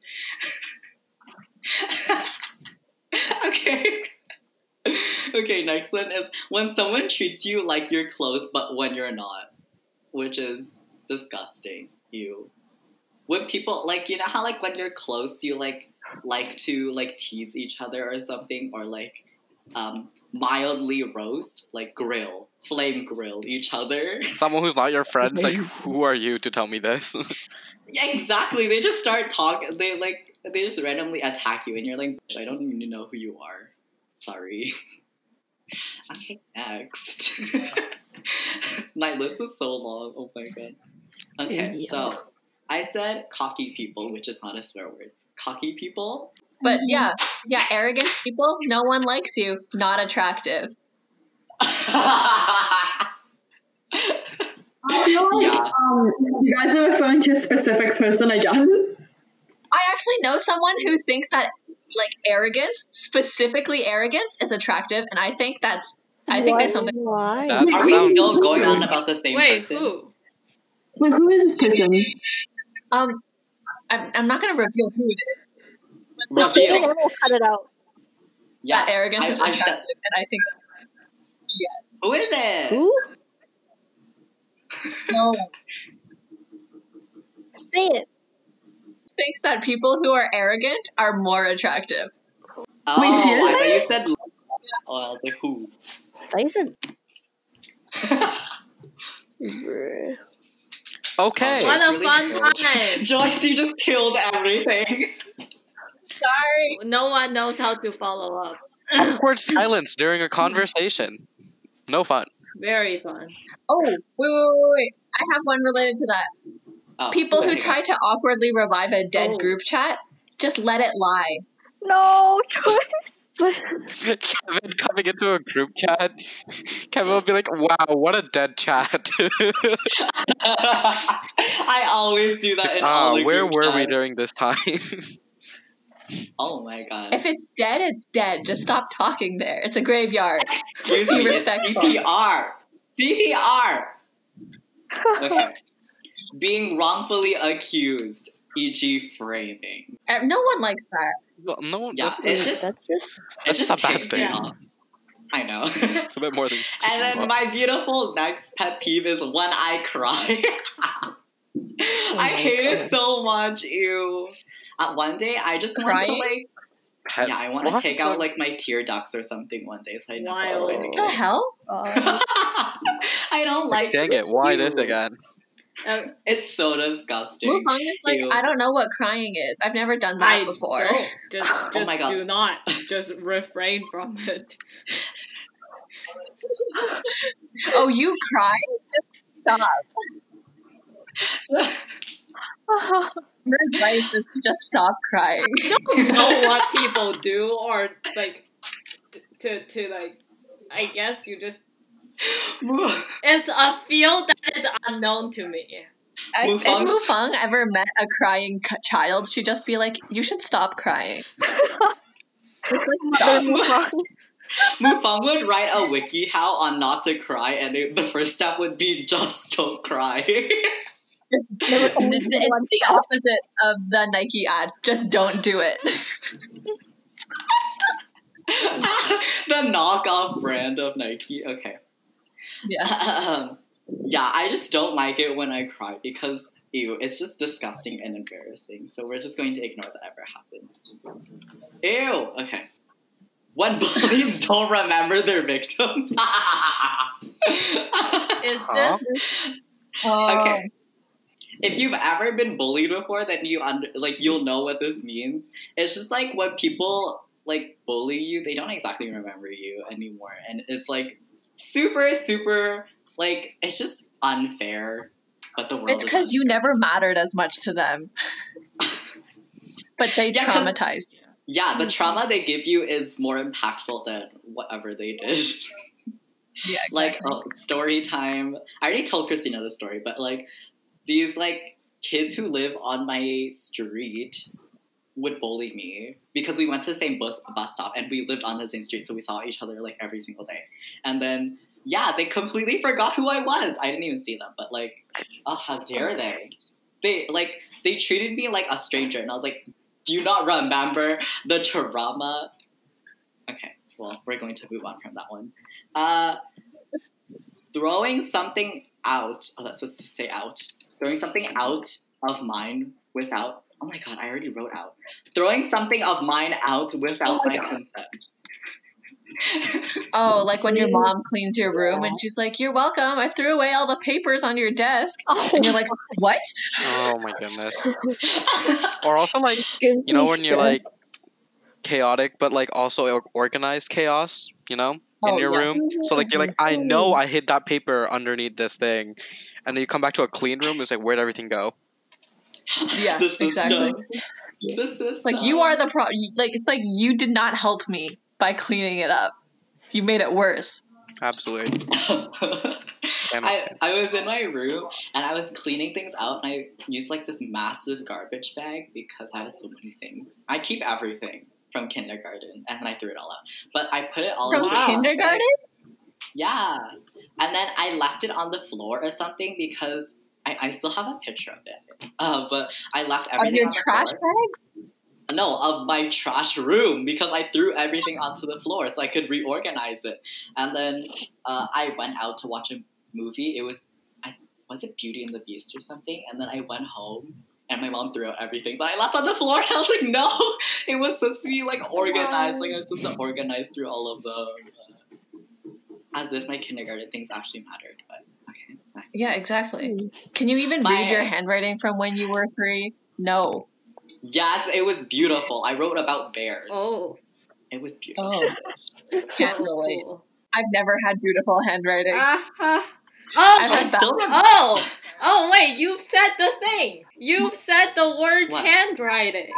A: okay. Okay, next one is when someone treats you like you're close but when you're not, which is disgusting. You when people like you know how like when you're close you like like to like tease each other or something or like um mildly roast, like grill, flame grill each other.
G: someone who's not your friends. Like, who are you to tell me this?
A: Yeah, exactly. They just start talking. They like they just randomly attack you, and you're like, "Bitch, I don't even know who you are. Sorry. Okay, next. my list is so long. Oh my god. Okay,
F: Yeah.
A: so I said cocky people, which is not a swear word. Cocky people.
E: But yeah, yeah, arrogant people, no one likes you, not attractive.
D: I feel like
A: Yeah.
D: um, you guys are referring to a specific person again.
E: I actually know someone who thinks that like arrogance, specifically arrogance, is attractive, and I think that's I think there's something
F: Why?
G: That
A: Are we
G: sounds
A: still going on
G: weird.
A: about the same
B: Wait,
A: person?
B: who?
D: Wait, who is this person?
E: um I'm, I'm not gonna reveal who it is.
F: Like, say it
A: Reveal.
F: and we'll cut it out.
A: Yeah.
E: that arrogance
A: I-
E: is
A: I
E: attractive,
A: said-
E: and I think yes.
A: Who is it?
F: Who?
E: No
F: Say it.
E: thinks that people who are arrogant are more attractive.
A: Oh,
D: Wait,
A: I
D: seriously?
A: thought you said. Oh, I was like, who?
F: I thought you said. Bruh.
G: okay.
B: What a
A: really
B: fun
A: difficult.
B: time!
A: Joyce, you just killed everything.
E: Sorry.
B: No one knows how to follow up.
G: Awkward silence during a conversation. No fun.
B: Very fun.
E: Oh, wait, wait, wait, wait. I have one related to that.
A: Oh,
E: People
A: there
E: who
A: you
E: try to awkwardly revive a dead
B: Oh.
E: group chat, just let it lie.
F: No choice.
G: Kevin coming into a group chat. Kevin will be like, "Wow, what a dead chat."
A: go. I always do that in
G: Ah,
A: all the
G: where
A: group
G: were we
A: chats.
G: during this time?
A: Oh my god.
E: If it's dead, it's dead. Just stop talking there. It's a graveyard.
A: Excuse
E: be
A: me, it's
E: respectful.
A: CPR. CPR. Okay. Being wrongfully accused, e.g., framing.
E: Uh, No one likes that.
G: no, no one-
A: Yeah,
G: that's,
A: it's just
F: That's just.
A: it
G: that's just a
A: just
G: bad
A: takes me
G: thing.
B: Yeah.
A: off. I know.
G: It's a bit more than. just
A: And
G: ticking
A: then
G: off.
A: my beautiful next pet peeve is when I cry.
G: Oh
A: I hate it so much. Ew. Uh, one day I just want to
E: Crying?
A: like
G: Pet-
A: yeah I want to
G: what?
A: take out like my tear ducts or something one day so I know how to
B: Wild.
A: do
E: What the hell?
F: Uh,
A: I don't like.
G: Dang it! Why this
A: you.
G: again?
B: Uh,
A: It's so disgusting.
E: Mufang is like,
A: Ew.
E: I don't know what crying is. I've never done that
B: I
E: before.
B: don't. Just, just
A: my God.
B: do not. Just refrain from it.
E: Oh, you cry? Just stop. Your advice is to just stop crying.
B: know what people do or like t- to to like I guess you just it's a field that is unknown to me.
E: I, if
A: Mufang-
E: Mufang ever met a crying c- child, she'd just be like, "You should stop crying." Just, like, stop.
A: Mufang would write a wiki how on not to cry, and it, the first step would be just don't cry.
E: Th- th- It's the opposite of the Nike ad. Just don't do it.
A: the knockoff brand of Nike. Okay.
E: Yeah.
A: yeah, I just don't like it when I cry because ew, it's just disgusting and embarrassing. So we're just going to ignore that ever happened. Ew. Okay. When bullies don't remember their victims.
B: Is
G: Huh?
B: this
A: okay. Um, If you've ever been bullied before, then you under, like you'll know what this means. It's just like when people like bully you, they don't exactly remember you anymore, and it's like super, super like it's just unfair. But the world
E: It's
A: is
E: because you never mattered as much to them, but they
A: Yeah, 'cause-
E: traumatized you.
A: yeah,
E: Mm-hmm.
A: the trauma they give you is more impactful than whatever they did.
E: Yeah,
A: like oh, story time. I already told Christina the story, but like these like kids who live on my street would bully me because we went to the same bus bus stop and we lived on the same street, so we saw each other like every single day. And then yeah, they completely forgot who I was. I didn't even see them, but like, oh, how dare they? They like they treated me like a stranger, and I was like, do you not remember the trauma? Okay, well, we're going to move on from that one. Uh, throwing something out. Oh, that's supposed to say out. Throwing something out of mine without. Oh my god, I already wrote out. Throwing something of mine out without my, consent.
E: Oh, like when your mom cleans your room and she's like, "You're welcome. I threw away all the papers on your desk," and you're like, "What?"
G: Oh my goodness. Or also like
F: Give
G: you know
F: me
G: when you're
F: strength.
G: like chaotic but like also or- organized chaos you know in
E: Oh,
G: your
E: yeah.
G: room so like you're like i know i hid that paper underneath this thing and then you come back to a clean room it's like where'd everything go
E: Yeah,
A: the system.
E: exactly.
A: The system.
E: It's like you are the pro. you- Like it's like you did not help me by cleaning it up. You made it worse.
G: absolutely Damn it.
A: I, I was in my room and I was cleaning things out and I used like this massive garbage bag because I had so many things. I keep everything from kindergarten and then I threw it all out. But I put it all
E: From
A: into a garbage bag.
E: kindergarten,
A: Yeah. And then I left it on the floor or something because I, I still have a picture of it. Uh, but I left
E: of
A: everything
E: your
A: on the
E: trash
A: floor.
E: bag.
A: No, of my trash room because I threw everything onto the floor so I could reorganize it. And then uh, I went out to watch a movie. It was, I, was it Beauty and the Beast or something? And then I went home and my mom threw out everything that I left on the floor. And I was like, no, it was supposed to be like organized. Like I was supposed to organize through all of them. As if my kindergarten things actually mattered. But okay, nice.
E: Yeah, exactly.
B: Hmm.
E: Can you even
A: My-
E: read your handwriting from when you were three? No.
A: Yes, it was beautiful. I wrote about bears.
B: oh
A: It was beautiful.
E: Oh, can't
B: oh,
E: relate.
B: cool.
E: I've never had beautiful handwriting.
B: Uh-huh.
E: I've
B: Oh
A: I
E: had bad.
A: still remember.
B: oh oh wait, you've said the thing. You've said the words
A: What?
B: handwriting.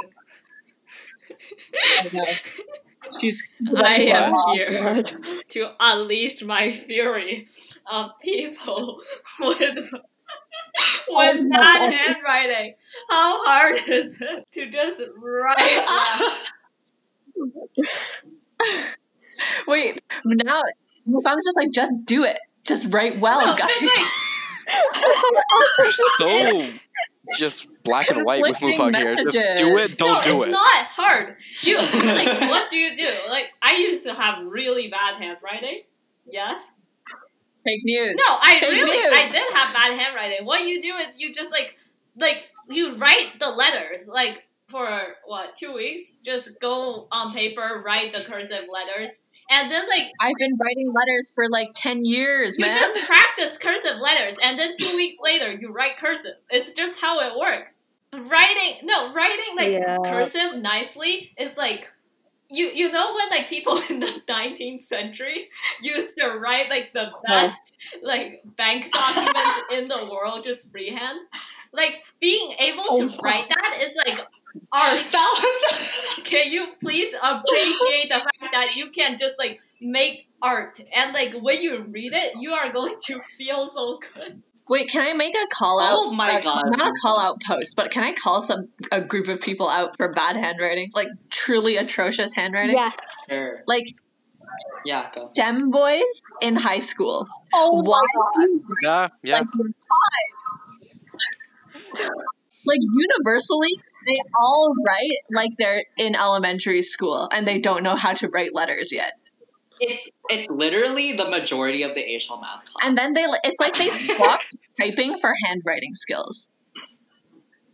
E: I know. She's.
B: I am
E: Wow.
B: here to unleash my fury of people with with
D: my
B: bad
D: gosh.
B: handwriting. How hard is it to just write?
E: Wait, now Mufang's just like, just do it. Just write well,
B: No,
E: guys.
B: just like
G: you're so just black and white with move
E: Conflicting
G: on here just do it
B: no,
G: don't do
B: it's
G: it
B: not hard. You like what do you do? Like I used to have really bad handwriting. Yes.
E: Fake news.
B: No, I
E: Fake
B: really
E: news.
B: I did have bad handwriting. What you do is you just like like you write the letters like for what two weeks. Just go on paper, write the cursive letters, and then like
E: I've been writing letters for like 10 years,
B: you
E: man.
B: just practice cursive letters, and then two weeks later you write cursive. It's just how it works. Writing no writing like
F: Yeah.
B: cursive nicely is like. You, you know when like people in the 19th century used to write like the best like bank documents in the world just freehand like being able to
D: Oh,
B: write that is like art can you please appreciate the fact that you can just like make art and like when you read it you are going to feel so good
E: Wait, can I make a call out?
A: Oh my
E: like,
A: god.
E: Not a call out post, but can I call some a group of people out for bad handwriting? Like truly atrocious handwriting?
C: Yes.
A: Sure.
E: Like
A: Yeah. Go.
E: STEM boys in high school.
C: Oh
E: Why do you
G: Yeah, yeah.
E: like you're five. Like universally, they all write like they're in elementary school and they don't know how to write letters yet.
A: It's it's literally the majority of the HL math class.
E: And then they it's like they swapped typing for handwriting skills.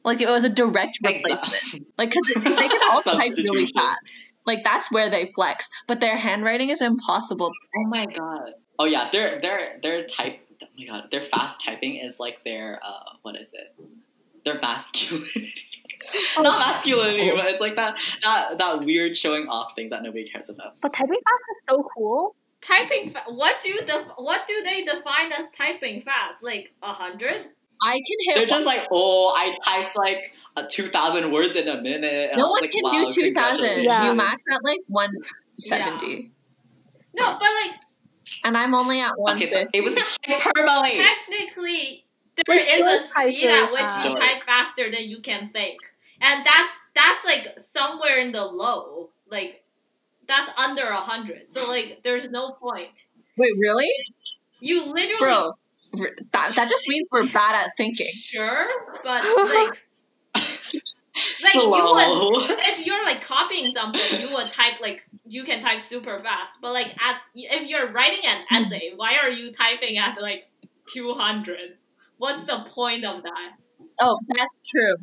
E: Like it was a direct
A: Like that.
E: replacement. Like cuz they can all type really
A: Substitution.
E: fast. Like that's where they flex, but their handwriting is impossible.
A: Oh my god. Oh yeah, their their their type. Oh my god, their fast typing is like their uh, what is it? Their masculinity.
E: Oh.
A: Not
C: oh,
A: masculinity, but it's like that that that weird showing off thing that nobody cares about.
C: But typing fast is so cool.
B: typing fa- what do def- what do they define as typing fast like a hundred
E: I can
A: They're
E: hit
A: just like, oh, I typed like uh, two thousand words in a minute. And I
E: no
A: was
E: one
A: like,
E: can
A: wow,
E: do 2000.
A: congratulations.
C: Yeah.
E: You max at like 170.
B: no but like
E: And I'm only at
A: Okay, so
E: 150.
A: it was hyperbole.
B: technically there
C: Like,
B: is a
C: don't type
B: speed
C: very
B: at which you
A: fast.
B: type faster than you can think and that's that's like somewhere in the low like that's under a hundred so like there's no point
E: Wait, really?
B: you literally
E: Bro, r- that, that just means we're bad at thinking.
B: sure but like like you would
A: Slow.
B: if you're like copying something you would type like you can type super fast but like at if you're writing an essay why are you typing at like 200 what's the point of that
E: Oh, that's true.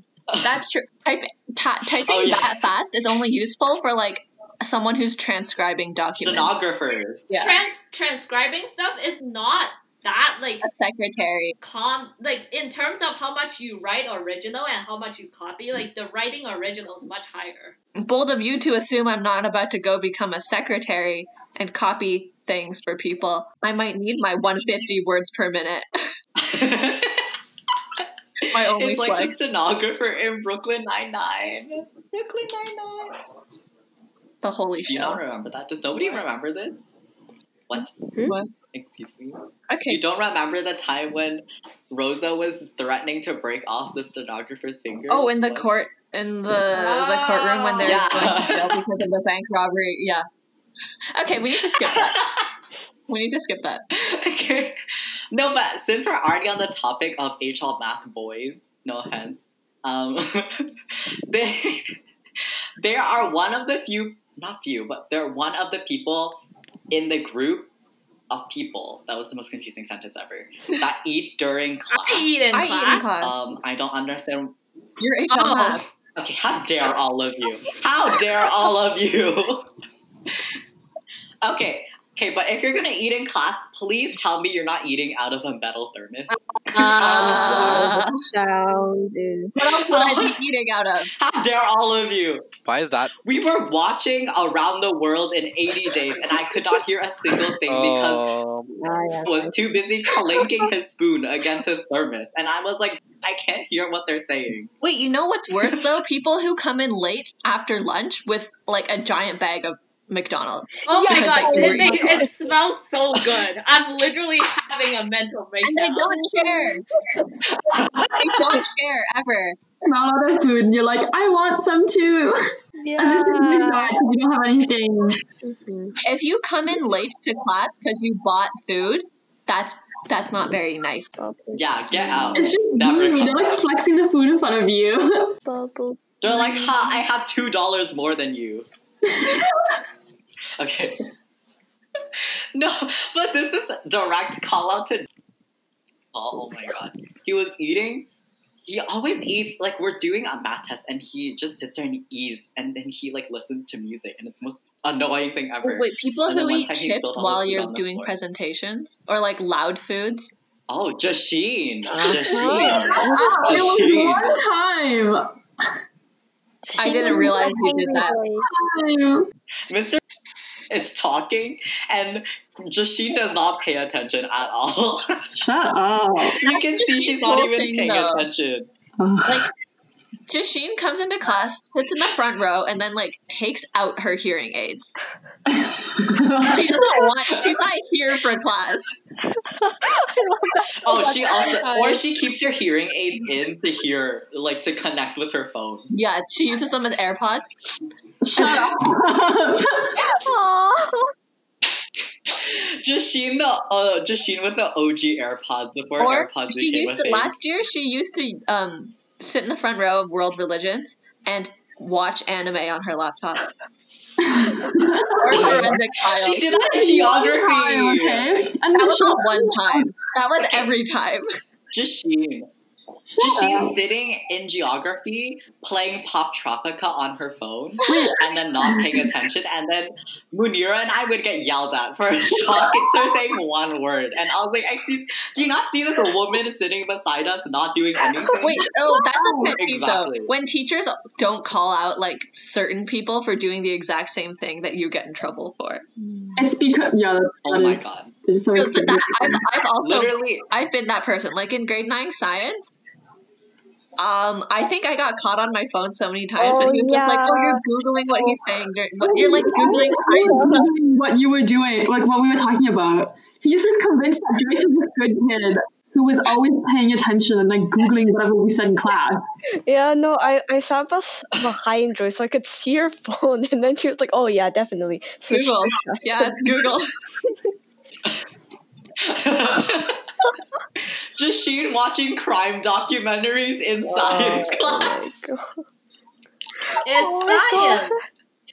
E: That's true. Type, ty- typing
A: Oh, yeah.
E: that fast is only useful for like someone who's transcribing documents.
A: Stenographers.
E: Yeah.
B: trans transcribing stuff is not that like
E: a secretary.
B: com like in terms of how much you write original and how much you copy like the writing original is much higher
E: Bold of you to assume I'm not about to go become a secretary and copy things for people. I might need my 150 words per minute. my only
A: it's like
E: flex.
A: the stenographer in Brooklyn Nine Nine. Brooklyn Nine Nine.
E: the holy
A: Do you not
E: show.
A: remember that? Does nobody remember this? What?
E: What?
A: Excuse me. You
E: Hmm? Okay.
A: don't remember the time when Rosa was threatening to break off the stenographer's fingers?
E: Oh, in the
A: What?
E: court, in the the courtroom when they're
A: Yeah.
E: going to jail because of the bank robbery. Yeah. Okay, we need to skip that. We need to skip that.
A: okay. No, but since we're already on the topic of HL math boys, no offense, um, they they are one of the few, not few, but they're one of the people in the group of people. That was the most confusing sentence ever. That eat during class.
B: Uh, i eat in
E: I
B: class,
E: eat in class.
A: Um, I don't understand.
E: You're eight
B: Oh.
E: on that.
A: Okay, how dare all of you? How dare all of you? okay, okay, but if you're gonna eat in class, please tell me you're not eating out of a metal thermos.
E: Uh,
F: sound is
E: what else would I be eating out of?
A: How dare all of you?
G: Why is that?
A: We were watching Around the World in 80 Days, and I could not hear a single thing because
G: Oh,
A: I was too busy clinking his spoon against his thermos. And I was like, I can't hear what they're saying.
E: Wait, you know what's worse though? People who come in late after lunch with like a giant bag of McDonald's.
B: oh my
E: Yeah,
B: god
E: but
B: it,
E: you
B: they,
E: eat
B: it smells so good i'm literally having a mental
E: And they
B: breakdown
E: don't share. they don't share ever.
D: Smell all their food and you're like, I want some too. And it's just really sad because you don't have anything.
E: If you come in late to class because you bought food, that's that's not very nice.
A: Yeah, get out.
D: It's just
A: Never come
D: mean. They're like
A: back.
D: flexing the food in front of you.
A: They're like, ha, I have $2 more than you. okay. no, but this is direct call out to. Oh, oh my god. He was eating. He always eats like we're doing a math test, and he just sits there and he eats, and then he like listens to music, and it's the most annoying thing ever.
E: Wait, people
A: And then
E: who
A: one
E: eat
A: time he
E: chips
A: spilled all his
E: while
A: food
E: you're
A: on the
E: doing
A: floor.
E: presentations or like loud foods.
A: Oh, Jasheen. Jasheen.
E: Ah.
D: There
A: Jasheen.
D: was one time.
E: I didn't realize you did that.
D: time.
A: Mr. is talking and Jasheen does not pay attention at all.
D: Shut up.
A: you can see she's not even
E: Thing,
A: paying
E: though.
A: attention.
E: Like, Jasheen comes into class, sits in the front row, and then like takes out her hearing aids. She doesn't want. She's not here for class.
A: Oh, she also or she keeps her hearing aids in to hear like to connect with her phone.
E: Yeah, she uses them as AirPods.
D: Shut up.
A: Jasheen the uh Jasheen with the OG AirPods before
E: Or
A: AirPods
E: she
A: became a
E: used to
A: thing.
E: last year. She used to um, sit in the front row of World Religions and watch anime on her laptop. or forensic files.
A: she did that in geography.
D: okay. And
E: That
D: then
E: was
D: she
E: not one time. That was every time.
A: Jasheen.
D: Shut
A: Jasheen
D: up.
A: sitting in geography playing Pop Tropica on her phone
D: Wait.
A: and then not paying attention. And then Munira and I would get yelled at for talking, for saying one word. And I was like, Excuse, do you not see this woman sitting beside us not doing anything?
E: Wait, oh, that's a pet peeve
A: Exactly.
E: though. When teachers don't call out like certain people for doing the exact same thing that you get in trouble for.
D: It's because yeah, that's
A: Oh
D: that
A: my
D: is-
A: god.
D: It's so
E: No, but that, I've, I've also
A: Literally,
E: I've been that person. Like in grade nine science, um, I think I got caught on my phone so many times,
F: Oh,
E: and he was just like, "Oh,
F: yeah. Oh,
E: you're googling what he's saying. During, what, you're like googling science stuff."
D: Googling what you were doing, like what we were talking about. He just was convinced that Joyce was this good kid who was always paying attention and like googling whatever we said in class.
F: Yeah, no, I, I sat bes- behind Joy so I could see her phone, and then she was like, "Oh yeah, definitely." Switch
E: Google.
F: to that.
E: Yeah, it's Google.
A: Jasheen watching crime documentaries in science class.
F: Oh my
B: It's
F: God. Oh my God.
B: science.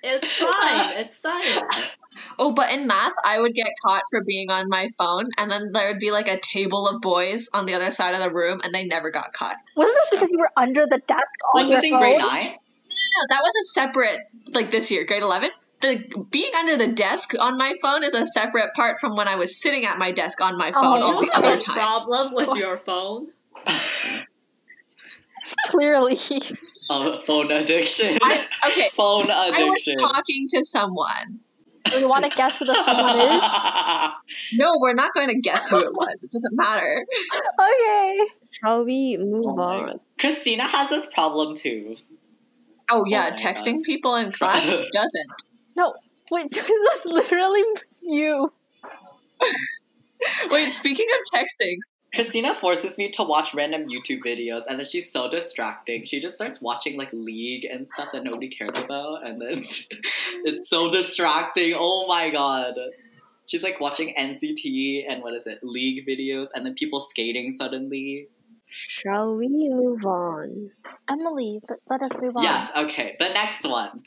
B: It's fine. It's science.
E: Oh, but in math, I would get caught for being on my phone, and then there would be like a table of boys on the other side of the room, and they never got caught.
C: Wasn't this because you were under the desk on
A: Was
C: your
A: this in
C: phone?
A: grade 9?
E: No, that was a separate, like this year, grade 11. The being under the desk on my phone is a separate part from when I was sitting at my desk on my phone
C: Oh,
E: all
B: You
E: the
B: have
E: other
B: a
E: time.
B: problem with your phone?
C: Clearly.
A: Oh, phone addiction.
E: I, okay,
A: phone
E: I was
A: addiction.
E: talking to someone.
C: Do you want to guess who the someone is?
E: No, we're not going to guess who it was. It doesn't matter.
C: Okay.
F: Shall we move
A: Oh my
F: on?
A: God. Christina has this problem too.
E: Oh yeah,
A: my
E: texting
A: God.
E: people in class doesn't.
C: No. Wait, that's literally you.
E: Wait, speaking of texting,
A: Christina forces me to watch random YouTube videos, and then she's so distracting. She just starts watching like League and stuff that nobody cares about, and then it's so distracting. Oh my god. She's like watching NCT and what is it, League videos, and then people skating suddenly.
F: Shall we move on?
C: Emily, let, let us move on.
A: Yes, okay. The next one.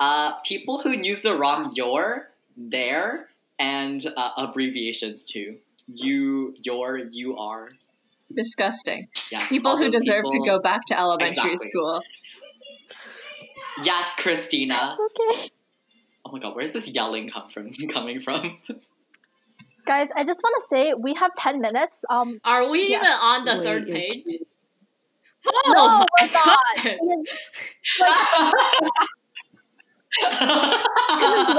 A: Uh, people who use the wrong your, their, and uh, abbreviations too. You, your, you are.
E: disgusting.
A: Yeah.
E: People
A: all
E: who
A: those
E: deserve
A: people.
E: to go back to elementary
A: Exactly.
E: school.
A: Yes, Christina.
C: Okay.
A: Oh my god, where's this yelling come from? Coming from?
C: Guys, I just want to say we have 10 minutes. Um,
B: Are we even
C: Yes.
B: on the
F: Wait,
B: third
F: you're
B: page?
F: kidding.
B: Oh
C: no,
B: my
C: we're not.
B: God.
C: It is forty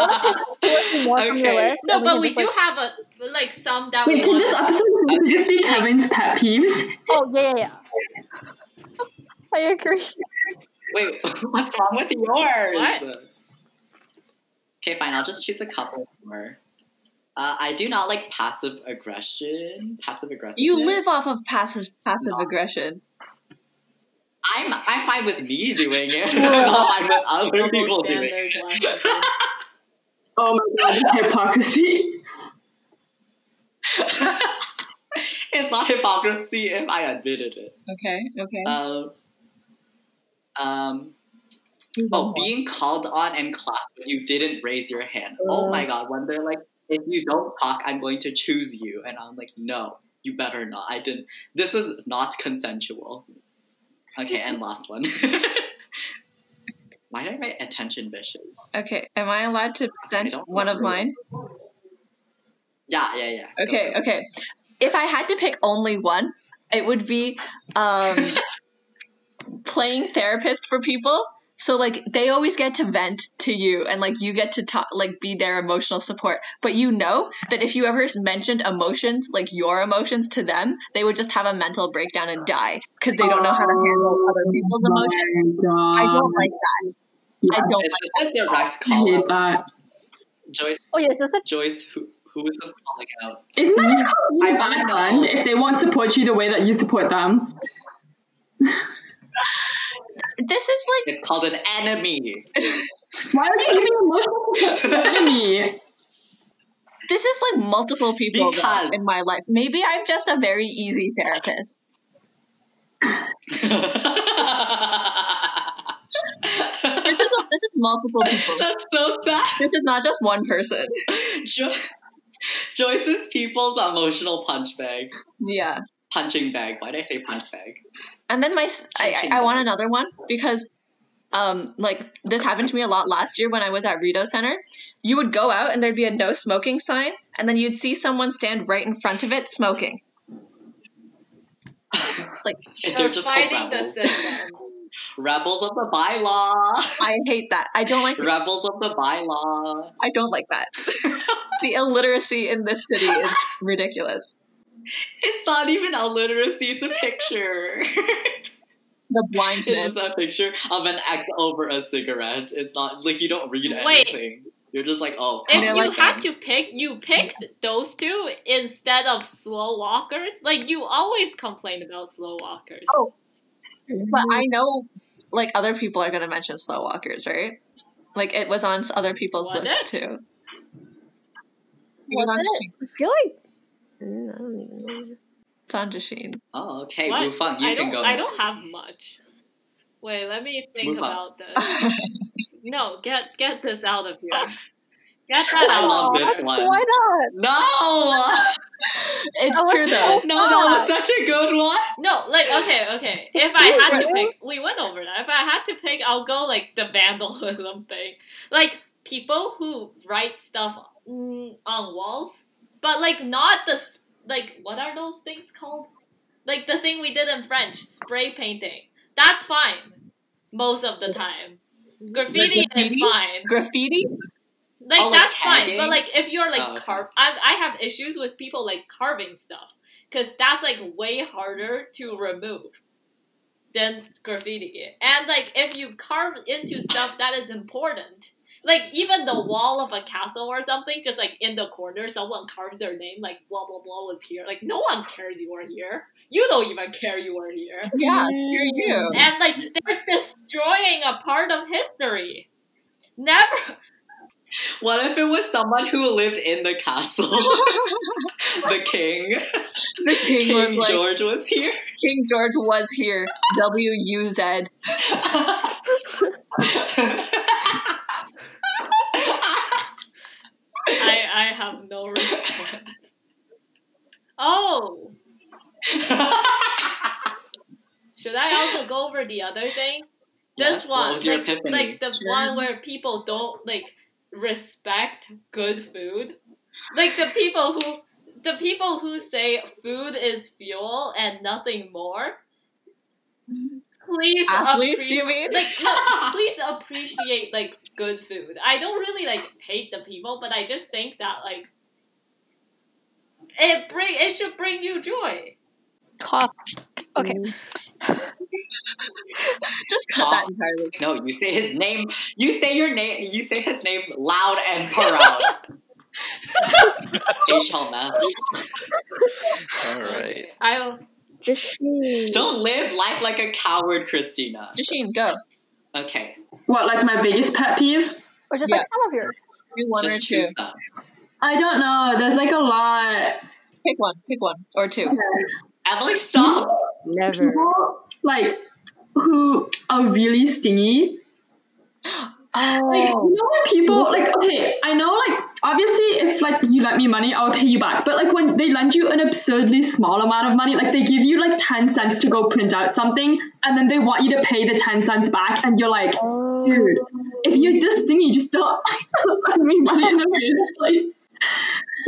C: more from your
A: Okay.
C: list.
B: No,
C: and
B: but
C: can
B: we
C: just,
B: do
C: like-
B: have a like some that
D: Wait,
B: we
D: can
B: want
D: this
B: to.
D: episode just be Kevin's pet peeves?
C: Oh, yeah, yeah, yeah. I agree.
A: Wait, what's wrong with yours?
B: What?
A: Okay, fine. I'll just choose a couple more. Uh, I do not like passive aggression. Passive aggressive.
E: You live off of passive passive aggression.
A: I'm I'm fine with me doing it. I'm not fine with other people
B: Double
A: doing it.
B: standards. left again.
D: Oh my god, hypocrisy.
A: It's not hypocrisy if I admitted it.
E: Okay, okay.
A: Um, um, oh, being called on in class when you didn't raise your hand. Oh my god, when they're like, if you don't talk, I'm going to choose you. And I'm like, no, you better not. I didn't. This is not consensual. Okay, and last one. Why did I write attention bitches?
E: Okay, am I allowed to present
A: don't
E: one of
A: remember.
E: mine?
A: Yeah, yeah, yeah. Go,
E: Okay,
A: go.
E: okay. If I had to pick only one, it would be um, playing therapist for people. So like they always get to vent to you and like you get to talk like be their emotional support. But you know that if you ever mentioned emotions, like your emotions to them, they would just have a mental breakdown and die because they don't know how to handle
D: Oh
E: other people's emotions. I don't like that.
D: Yeah,
E: I don't
A: Is
E: like
A: this a direct
D: I
A: call?
D: hate that.
A: Joyce,
C: Oh yeah, this is a
A: Joyce, who, who is this calling out?
D: Isn't that just called being
A: I
D: bad
A: wanna
D: then?
A: know.
D: If they won't support you the way that you support them,
E: this is like
A: It's called an enemy.
D: why are you giving emotional support to an enemy?
E: this is like multiple people though,
A: Because-
E: in my life. Maybe I'm just a very easy therapist. This is this is multiple people.
A: That's so sad.
E: This is not just one person.
A: Jo- Joyce's people's emotional punch bag.
E: Yeah.
A: Punching bag. Why did I say punch bag?
E: And then my s- I,
A: Punching
E: I- I want
A: bag.
E: another one because um like this happened to me a lot last year when I was at Rito Center. You would go out and there'd be a no smoking sign and then you'd see someone stand right in front of it smoking. Like
A: They're
B: They're
A: just called
B: fighting the
A: rebels.
B: system.
A: Rebels of the bylaw.
E: I hate that. I don't like
A: Rebels of the bylaw.
E: I don't like that. the illiteracy in this city is ridiculous.
A: It's not even a literacy, it's a picture.
E: The
A: it's
E: blindness.
A: just a picture of an X over a cigarette. It's not like you don't read
B: Wait.
A: anything. You're just like, oh,
B: If
E: And they're
B: you
E: like
B: had to pick, you picked those two instead of slow walkers. Like you always complain about slow walkers.
E: Oh. But I know like other people are going to mention slow walkers, right? Like it was on s- other people's
B: Was
E: list
B: it?
E: too. It
F: Was
E: was on
F: it?
E: Jasheen.
F: I feel like Mm, I don't even know.
E: It's on Jasheen.
A: oh, okay,
B: What?
A: Wufang, you
B: I
A: can
B: don't.
A: go.
B: I
A: next.
B: don't have much. Wait, let me think
A: Move on.
B: about this. No, get get this out of here. Get that
A: I
B: out
A: love
B: of
A: this
B: here.
A: one.
F: Why not?
A: No,
E: it's
F: I was
E: true though.
A: no, that was such a good one.
B: No, like okay, okay.
F: It's
B: If I
F: good,
B: had to
F: right?
B: pick, we went over that. If I had to pick, I'll go like the vandalism thing, like people who write stuff mm, on walls, but like not the s- like what are those things called? Like the thing we did in French, spray painting. That's fine, most of the time. Graffiti is
E: graffiti?
B: fine.
E: Graffiti?
B: Like
A: Oh, like
B: that's fine,
A: tagging?
B: but like if you're like
A: Oh, okay.
B: carve, I I have issues with people like carving stuff because that's like way harder to remove than graffiti. And like if you carve into stuff that is important, like even the wall of a castle or something, just like in the corner, someone carved their name, like blah blah blah was here. Like no one cares you were here. You don't even care you were here.
E: Yeah, screw you.
B: And like they're destroying a part of history. Never
A: What if it was someone who lived in the castle? the king.
E: The king, was like,
A: George was here.
E: King George was here. W U Z.
B: I I have no response. Oh, should I also go over the other thing? This
A: Yes, what
B: one,
A: was your
B: like,
A: epiphany?
B: like the
E: Sure.
B: one where people don't like respect good food, like the people who the people who say food is fuel and nothing more. Please
E: Athletes, you
B: appreciate,
E: mean?
B: like, no, please appreciate like good food. I don't really like hate the people, but I just think that like it bring it should bring you joy.
C: Cough. Okay.
E: Just cut that entirely.
A: no, you say his name. You say your name. You say his name loud and proud. HLMS.
G: All right.
B: I'll
F: Just shoot.
A: Don't live life like a coward, Christina.
E: Jasheen, go.
A: Okay,
D: What, like my biggest pet peeve?
C: Or just
E: Yeah.
C: like some of yours.
E: Do one or
A: just
E: two.
A: choose them.
D: I don't know. There's like a lot.
E: Pick one. Pick one or two.
A: Emily, stop.
F: Never.
D: People like who are really stingy. Like you know when people like okay, I know like obviously if like you lend me money, I'll pay you back. But like when they lend you an absurdly small amount of money, like they give you like ten cents to go print out something, and then they want you to pay the ten cents back, and you're like, dude, if you're this stingy, just don't I mean money in the first place.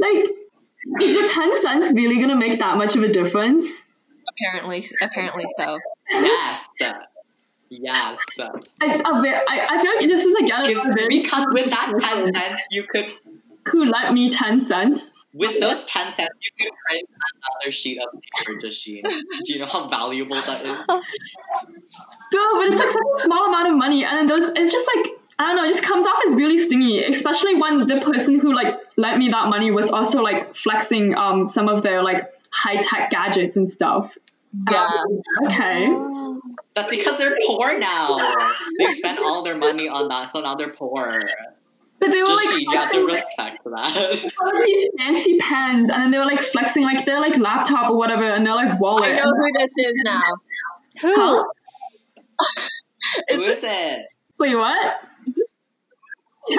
D: Like, is the ten cents really gonna make that much of a difference?
E: Apparently, apparently so.
A: Yes. Yes.
D: I, a bit, I, I feel like this is again
A: Because
D: a very
A: because with that 10 cents, you could,
D: who lent me ten cents.
A: with those 10 cents, you could print another sheet of paper, Jasheen. Do you know how valuable that is?
D: No, but it's like such a small amount of money, and those it's just like I don't know, it just comes off as really stingy, especially when the person who like lent me that money was also like flexing um some of their like high tech gadgets and stuff. And I was like, okay.
A: That's because they're poor now. They spent all their money on that, so now they're poor.
D: But they were
A: Just
D: like
A: you have to
D: flexing, like,
A: respect that.
D: all of these fancy pens, and then they were like flexing like their like laptop or whatever, and they're like wallet.
E: I know
D: And-
E: who this is now.
C: Who?
D: Huh?
A: Who is it?
D: Wait, what? Yeah,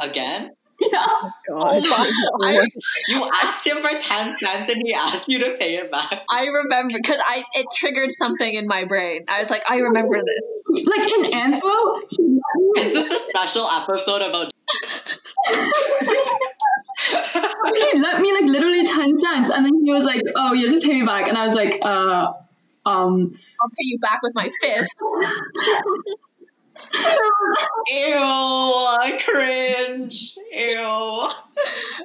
A: Again?
D: yeah.
E: Oh my! I,
A: You asked him for 10 cents and he asked you to pay it back.
E: I remember because I it triggered something in my brain. I was like, I remember this.
D: Like in Anthro, he
A: Is this a special episode about.
D: he lent me like literally 10 cents and then he was like oh you have to pay me back and i was like uh um
E: I'll pay you back with my fist.
A: Ew, cringe. Ew.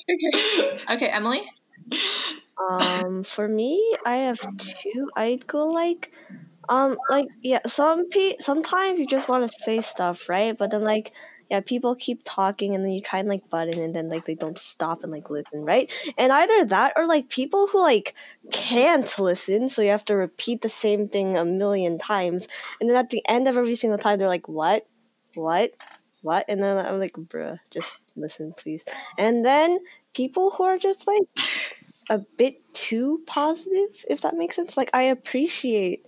E: Okay. Okay, Emily.
F: Um, for me, I have two. I'd go like, um, like yeah. Some pe- sometimes you just want to say stuff, right? But then like, yeah, people keep talking, and then you try and like butt in, and then like they don't stop and like listen, right? And either that or like people who like can't listen, so you have to repeat the same thing a million times, and then at the end of every single time, they're like, "What? What? What?" And then I'm like, "Bruh, just listen, please." And then people who are just like a bit too positive, if that makes sense. Like I appreciate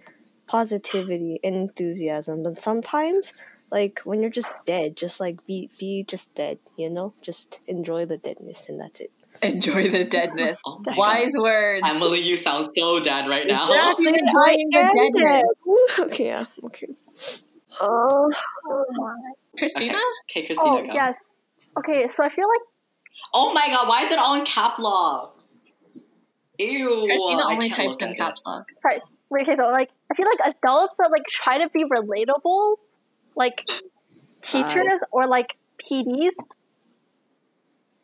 F: positivity and enthusiasm, but sometimes like when you're just dead, just like be be just dead, you know? Just enjoy the deadness and that's it.
E: Enjoy the deadness.
A: Oh my
E: Wise words.
A: God. Emily, you sound so dead right now.
E: Exactly. You're enjoying the
F: am
E: deadness.
F: dead. Woo, Okay, yeah, okay. Oh,
E: Christina.
A: Okay, Christina,
C: Oh
A: go.
C: yes. Okay, so I feel like
A: Oh my god, why is it all in cap lock? Ew.
E: Christina
A: I
E: only
A: can't
E: types
A: look
E: in
A: at it.
E: caps lock.
C: sorry. Wait, okay, so like I feel like adults that like try to be relatable, like teachers or like PDs,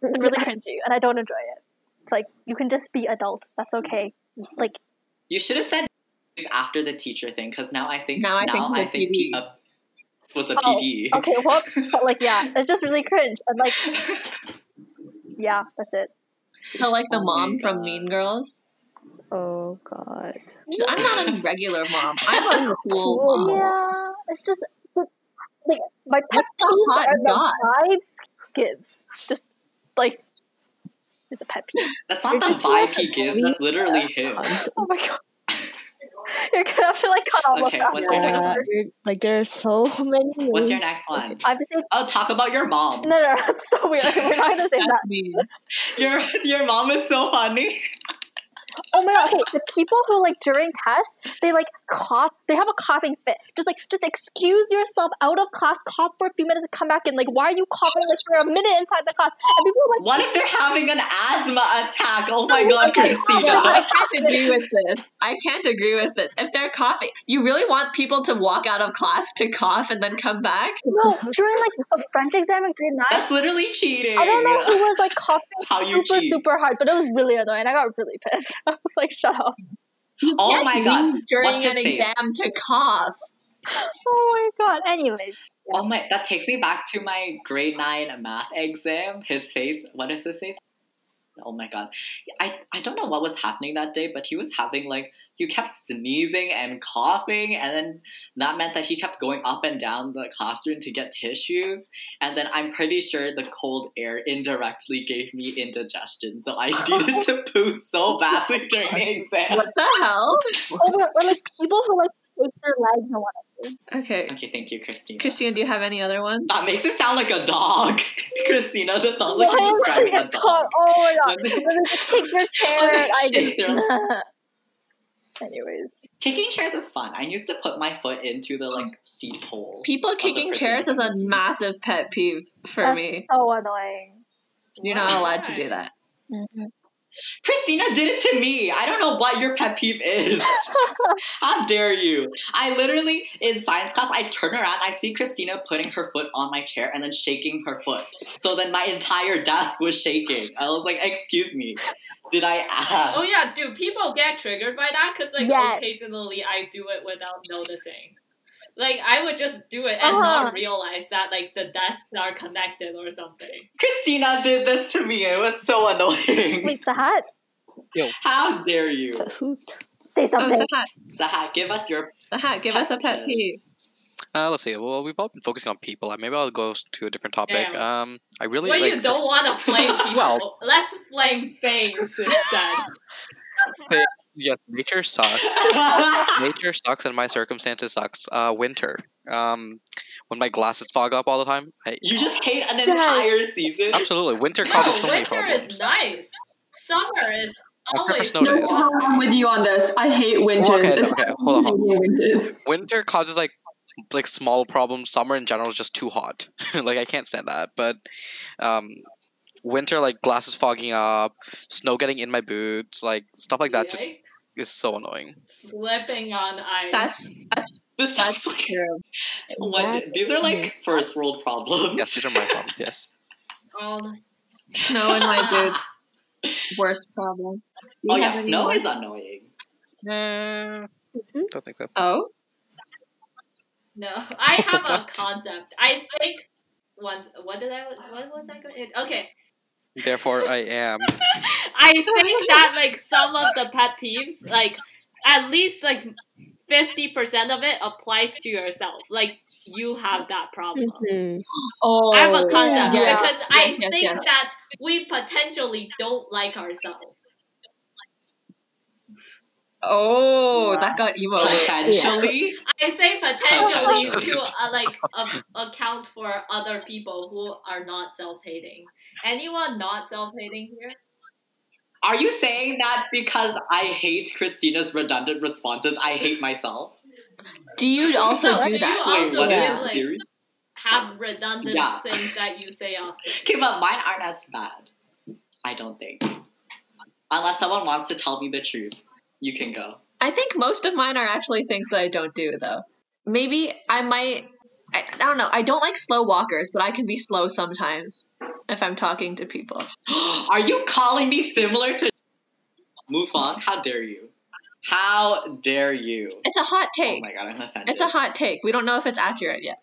C: it's really cringy, and I don't enjoy it. It's like you can just be adult. That's okay. Like
A: You should have said after the teacher thing, because now I think
E: Now I think he's a
A: he
E: PD.
A: uh, was a
C: Oh,
A: PD.
C: okay, whoops. But like yeah, it's just really cringe. And like yeah, that's it.
E: So like the
A: Oh my
E: mom from
A: God.
E: Mean Girls.
F: oh god.
E: She's, I'm not a regular mom. I'm a cool
F: Cool.
E: mom.
C: Yeah, it's just but, like my pet
E: What's the
C: peeves
E: hot
C: are
E: dog?
C: the vibes gives. Just like it's a pet peeve.
A: That's not the vibe he gives, that's literally him.
C: Oh my god. You're gonna have to like cut all
A: Okay,
C: of that.
A: what's your next
F: Yeah,
A: one?
F: you're- like there are so many.
A: What's your
F: names.
A: next one?
C: I have to say
A: Oh, talk about your mom.
C: no, no, that's so weird. Okay, we're not gonna say that.
E: That's mean.
A: Your your mom is so funny.
C: Oh my god! Okay, the people who like during tests, they like cough. They have a coughing fit. Just like, just excuse yourself out of class. Cough for a few minutes and come back in. Like, why are you coughing like for a minute inside the class? And people are like,
A: What if they're having an asthma attack? Oh my god,
E: Okay, no, I
A: Christina.
E: can't agree with this. I can't agree with this. If they're coughing, you really want people to walk out of class to cough and then come back?
C: no, during like a French exam in grade nine.
A: That's literally cheating.
C: I don't know who was like coughing
A: That's how you
C: super
A: cheat.
C: super hard, but it was really annoying. I got really pissed. I was like, shut up!
E: You
A: Oh
E: can't
A: my God.
E: leave during
A: What's his
E: an
A: face?
E: exam to cough.
C: Oh my god. Anyways,
A: Oh my, that takes me back to my grade nine math exam. His face, what is his face? Oh my god. I, I don't know what was happening that day, but he was having like, you kept sneezing and coughing, and then that meant that he kept going up and down the classroom to get tissues. And then I'm pretty sure the cold air indirectly gave me indigestion, so I needed to poo so badly during the exam.
E: What the hell?
C: oh my god, or like people who like shake their legs and whatnot.
E: Okay.
A: Okay, thank you, Christina.
E: Christina, do you have any other one?
A: That makes it sound like a dog. Christina, that sounds like
C: Why
A: you're
C: is it
A: describing a
C: a dog?
A: dog.
C: Oh my god!
A: When-
C: When they just kick their chair,
A: when they
C: I
A: shake their-
C: just. Anyways,
A: Kicking chairs is fun. I used to put my foot into the like seat hole.
E: People kicking
A: person
E: chairs is a
A: kicking.
E: massive pet peeve for
C: that's
E: me.
C: so annoying.
E: You're not allowed to do that.
A: Christina did it to me. I don't know what your pet peeve is. How dare you? I literally, in science class, I turn around, I see Christina putting her foot on my chair and then shaking her foot. So then my entire desk was shaking. I was like, excuse me, did I ask?
B: Oh yeah, do people get triggered by that? Cause like
C: Yes.
B: occasionally I do it without noticing. Like I would just do it and
C: Uh-huh.
B: not realize that like the desks are connected or something.
A: Christina did this to me. It was so annoying.
C: Wait, Sahat,
A: How dare you?
F: So who?
C: say
E: Oh,
C: something.
E: Sahat,
A: Sahat, give us your.
E: Sahat, give us a pet
A: Yes.
E: peeve.
G: Uh, let's see. Well, we've all been focusing on people. Uh, Maybe I'll go s- to a different topic.
B: Damn.
G: Um, I really
B: Well,
G: like.
B: you don't want to blame people.
G: Well-
B: Let's blame things instead.
G: Yes, nature sucks. nature sucks, and my circumstances sucks. Uh, winter. Um, when my glasses fog up all the time. I,
A: you just hate an entire season.
G: absolutely, winter
B: No,
G: causes so many
B: winter is
G: problems.
B: nice. Summer is
G: I prefer
B: always
G: snow
D: No,
G: days.
B: awesome.
D: I'm with you on this. I hate winters.
G: okay, okay,
D: Especially
G: hold on, hold
D: I hate Winters.
G: Winter causes like like small problems. Summer in general is just too hot. like I can't stand that. But um, winter like glasses fogging up, snow getting in my boots, like stuff like that. Just
B: Yay.
G: is so annoying.
B: slipping on ice.
E: That's that's
A: This
E: that's
A: sounds like
E: true.
A: what, these are like first world problems.
G: Yes, these are my problems. Yes.
B: all
E: Snow in my boots, worst problem. Do you
A: Oh yeah,
E: have any
A: snow
E: more?
A: is annoying.
G: Nah,
F: Mhm.
G: don't think so.
E: Oh,
B: No, I have a
G: What?
B: concept. I think once. What did I? What was I going? to Okay,
G: Therefore, I am.
B: I think that like some of the pet peeves, like at least like fifty percent of it applies to yourself. Like you have that problem.
F: Mhm.
E: oh.
B: I have a concept
E: Yes,
B: because
E: yes,
B: I
E: yes,
B: think
E: yes.
B: that we potentially don't like ourselves.
E: Oh, that got emo.
A: Potentially,
B: I say potentially to uh, like a- account for other people who are not self-hating. Anyone not self-hating here?
A: are you saying that because I hate Christina's redundant responses, I hate myself?
E: Do you also
B: No,
E: do
B: do
E: that?
B: you- Also,
A: Wait, what is
E: yeah.
A: the
B: like-
A: theory?
B: Have redundant
A: Yeah.
B: things that you say often.
A: Okay, but mine aren't as bad. I don't think. Unless someone wants to tell me the truth, you can go.
E: I think most of mine are actually things that I don't do though. Maybe I might. I, I don't know. I don't like slow walkers, but I can be slow sometimes if I'm talking to people.
A: Are you calling me similar to Mufon? How dare you? How dare you?
E: It's a hot
A: Oh
E: take.
A: my god, I'm offended.
E: it's a hot take. We don't know if it's accurate yet.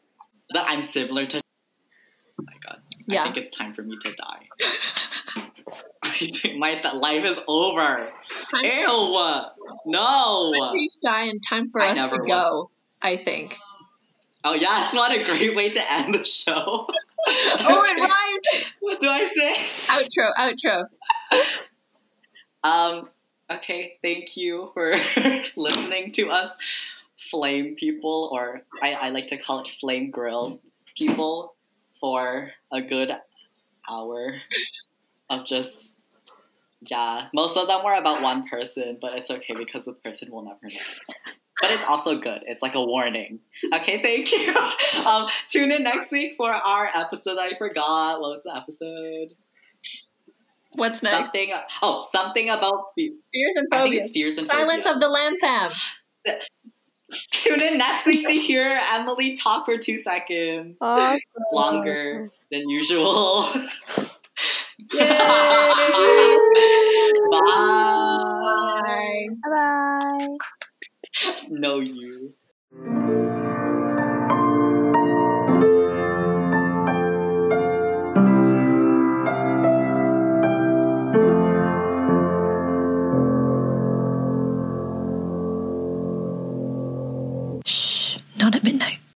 A: that I'm similar to. Oh my god. I
E: Yeah.
A: think it's time for me to die. I think my th- life is over.
E: Time-
A: Ew!
E: For
A: No!
E: you to die and time for
A: I
E: us
A: never
E: to
A: want
E: go. I think.
A: Oh yeah, it's not a great way to end the show.
E: Oh, it rhymed.
A: what do I say?
E: outro. Outro.
A: Um, okay, thank you for listening to us, flame people, or I, I like to call it flame grill people, for a good hour of just, yeah. Most of them were about one person, but it's okay because this person will never know. But it's also good. It's like a warning. Okay, thank you. Um, tune in next week for our episode. I forgot. What was the episode?
E: What's next?
A: Something. Oh, something about. Fe-
E: Fears and
A: I think
E: phobias.
A: it's fears and
E: Silence
A: phobia.
E: of the Lamb Fam.
A: Tune in next week to hear Emily talk for two seconds
C: Oh,
F: Awesome.
A: longer than usual.
E: Yay!
A: Bye.
E: Bye.
C: Bye bye.
A: Know you.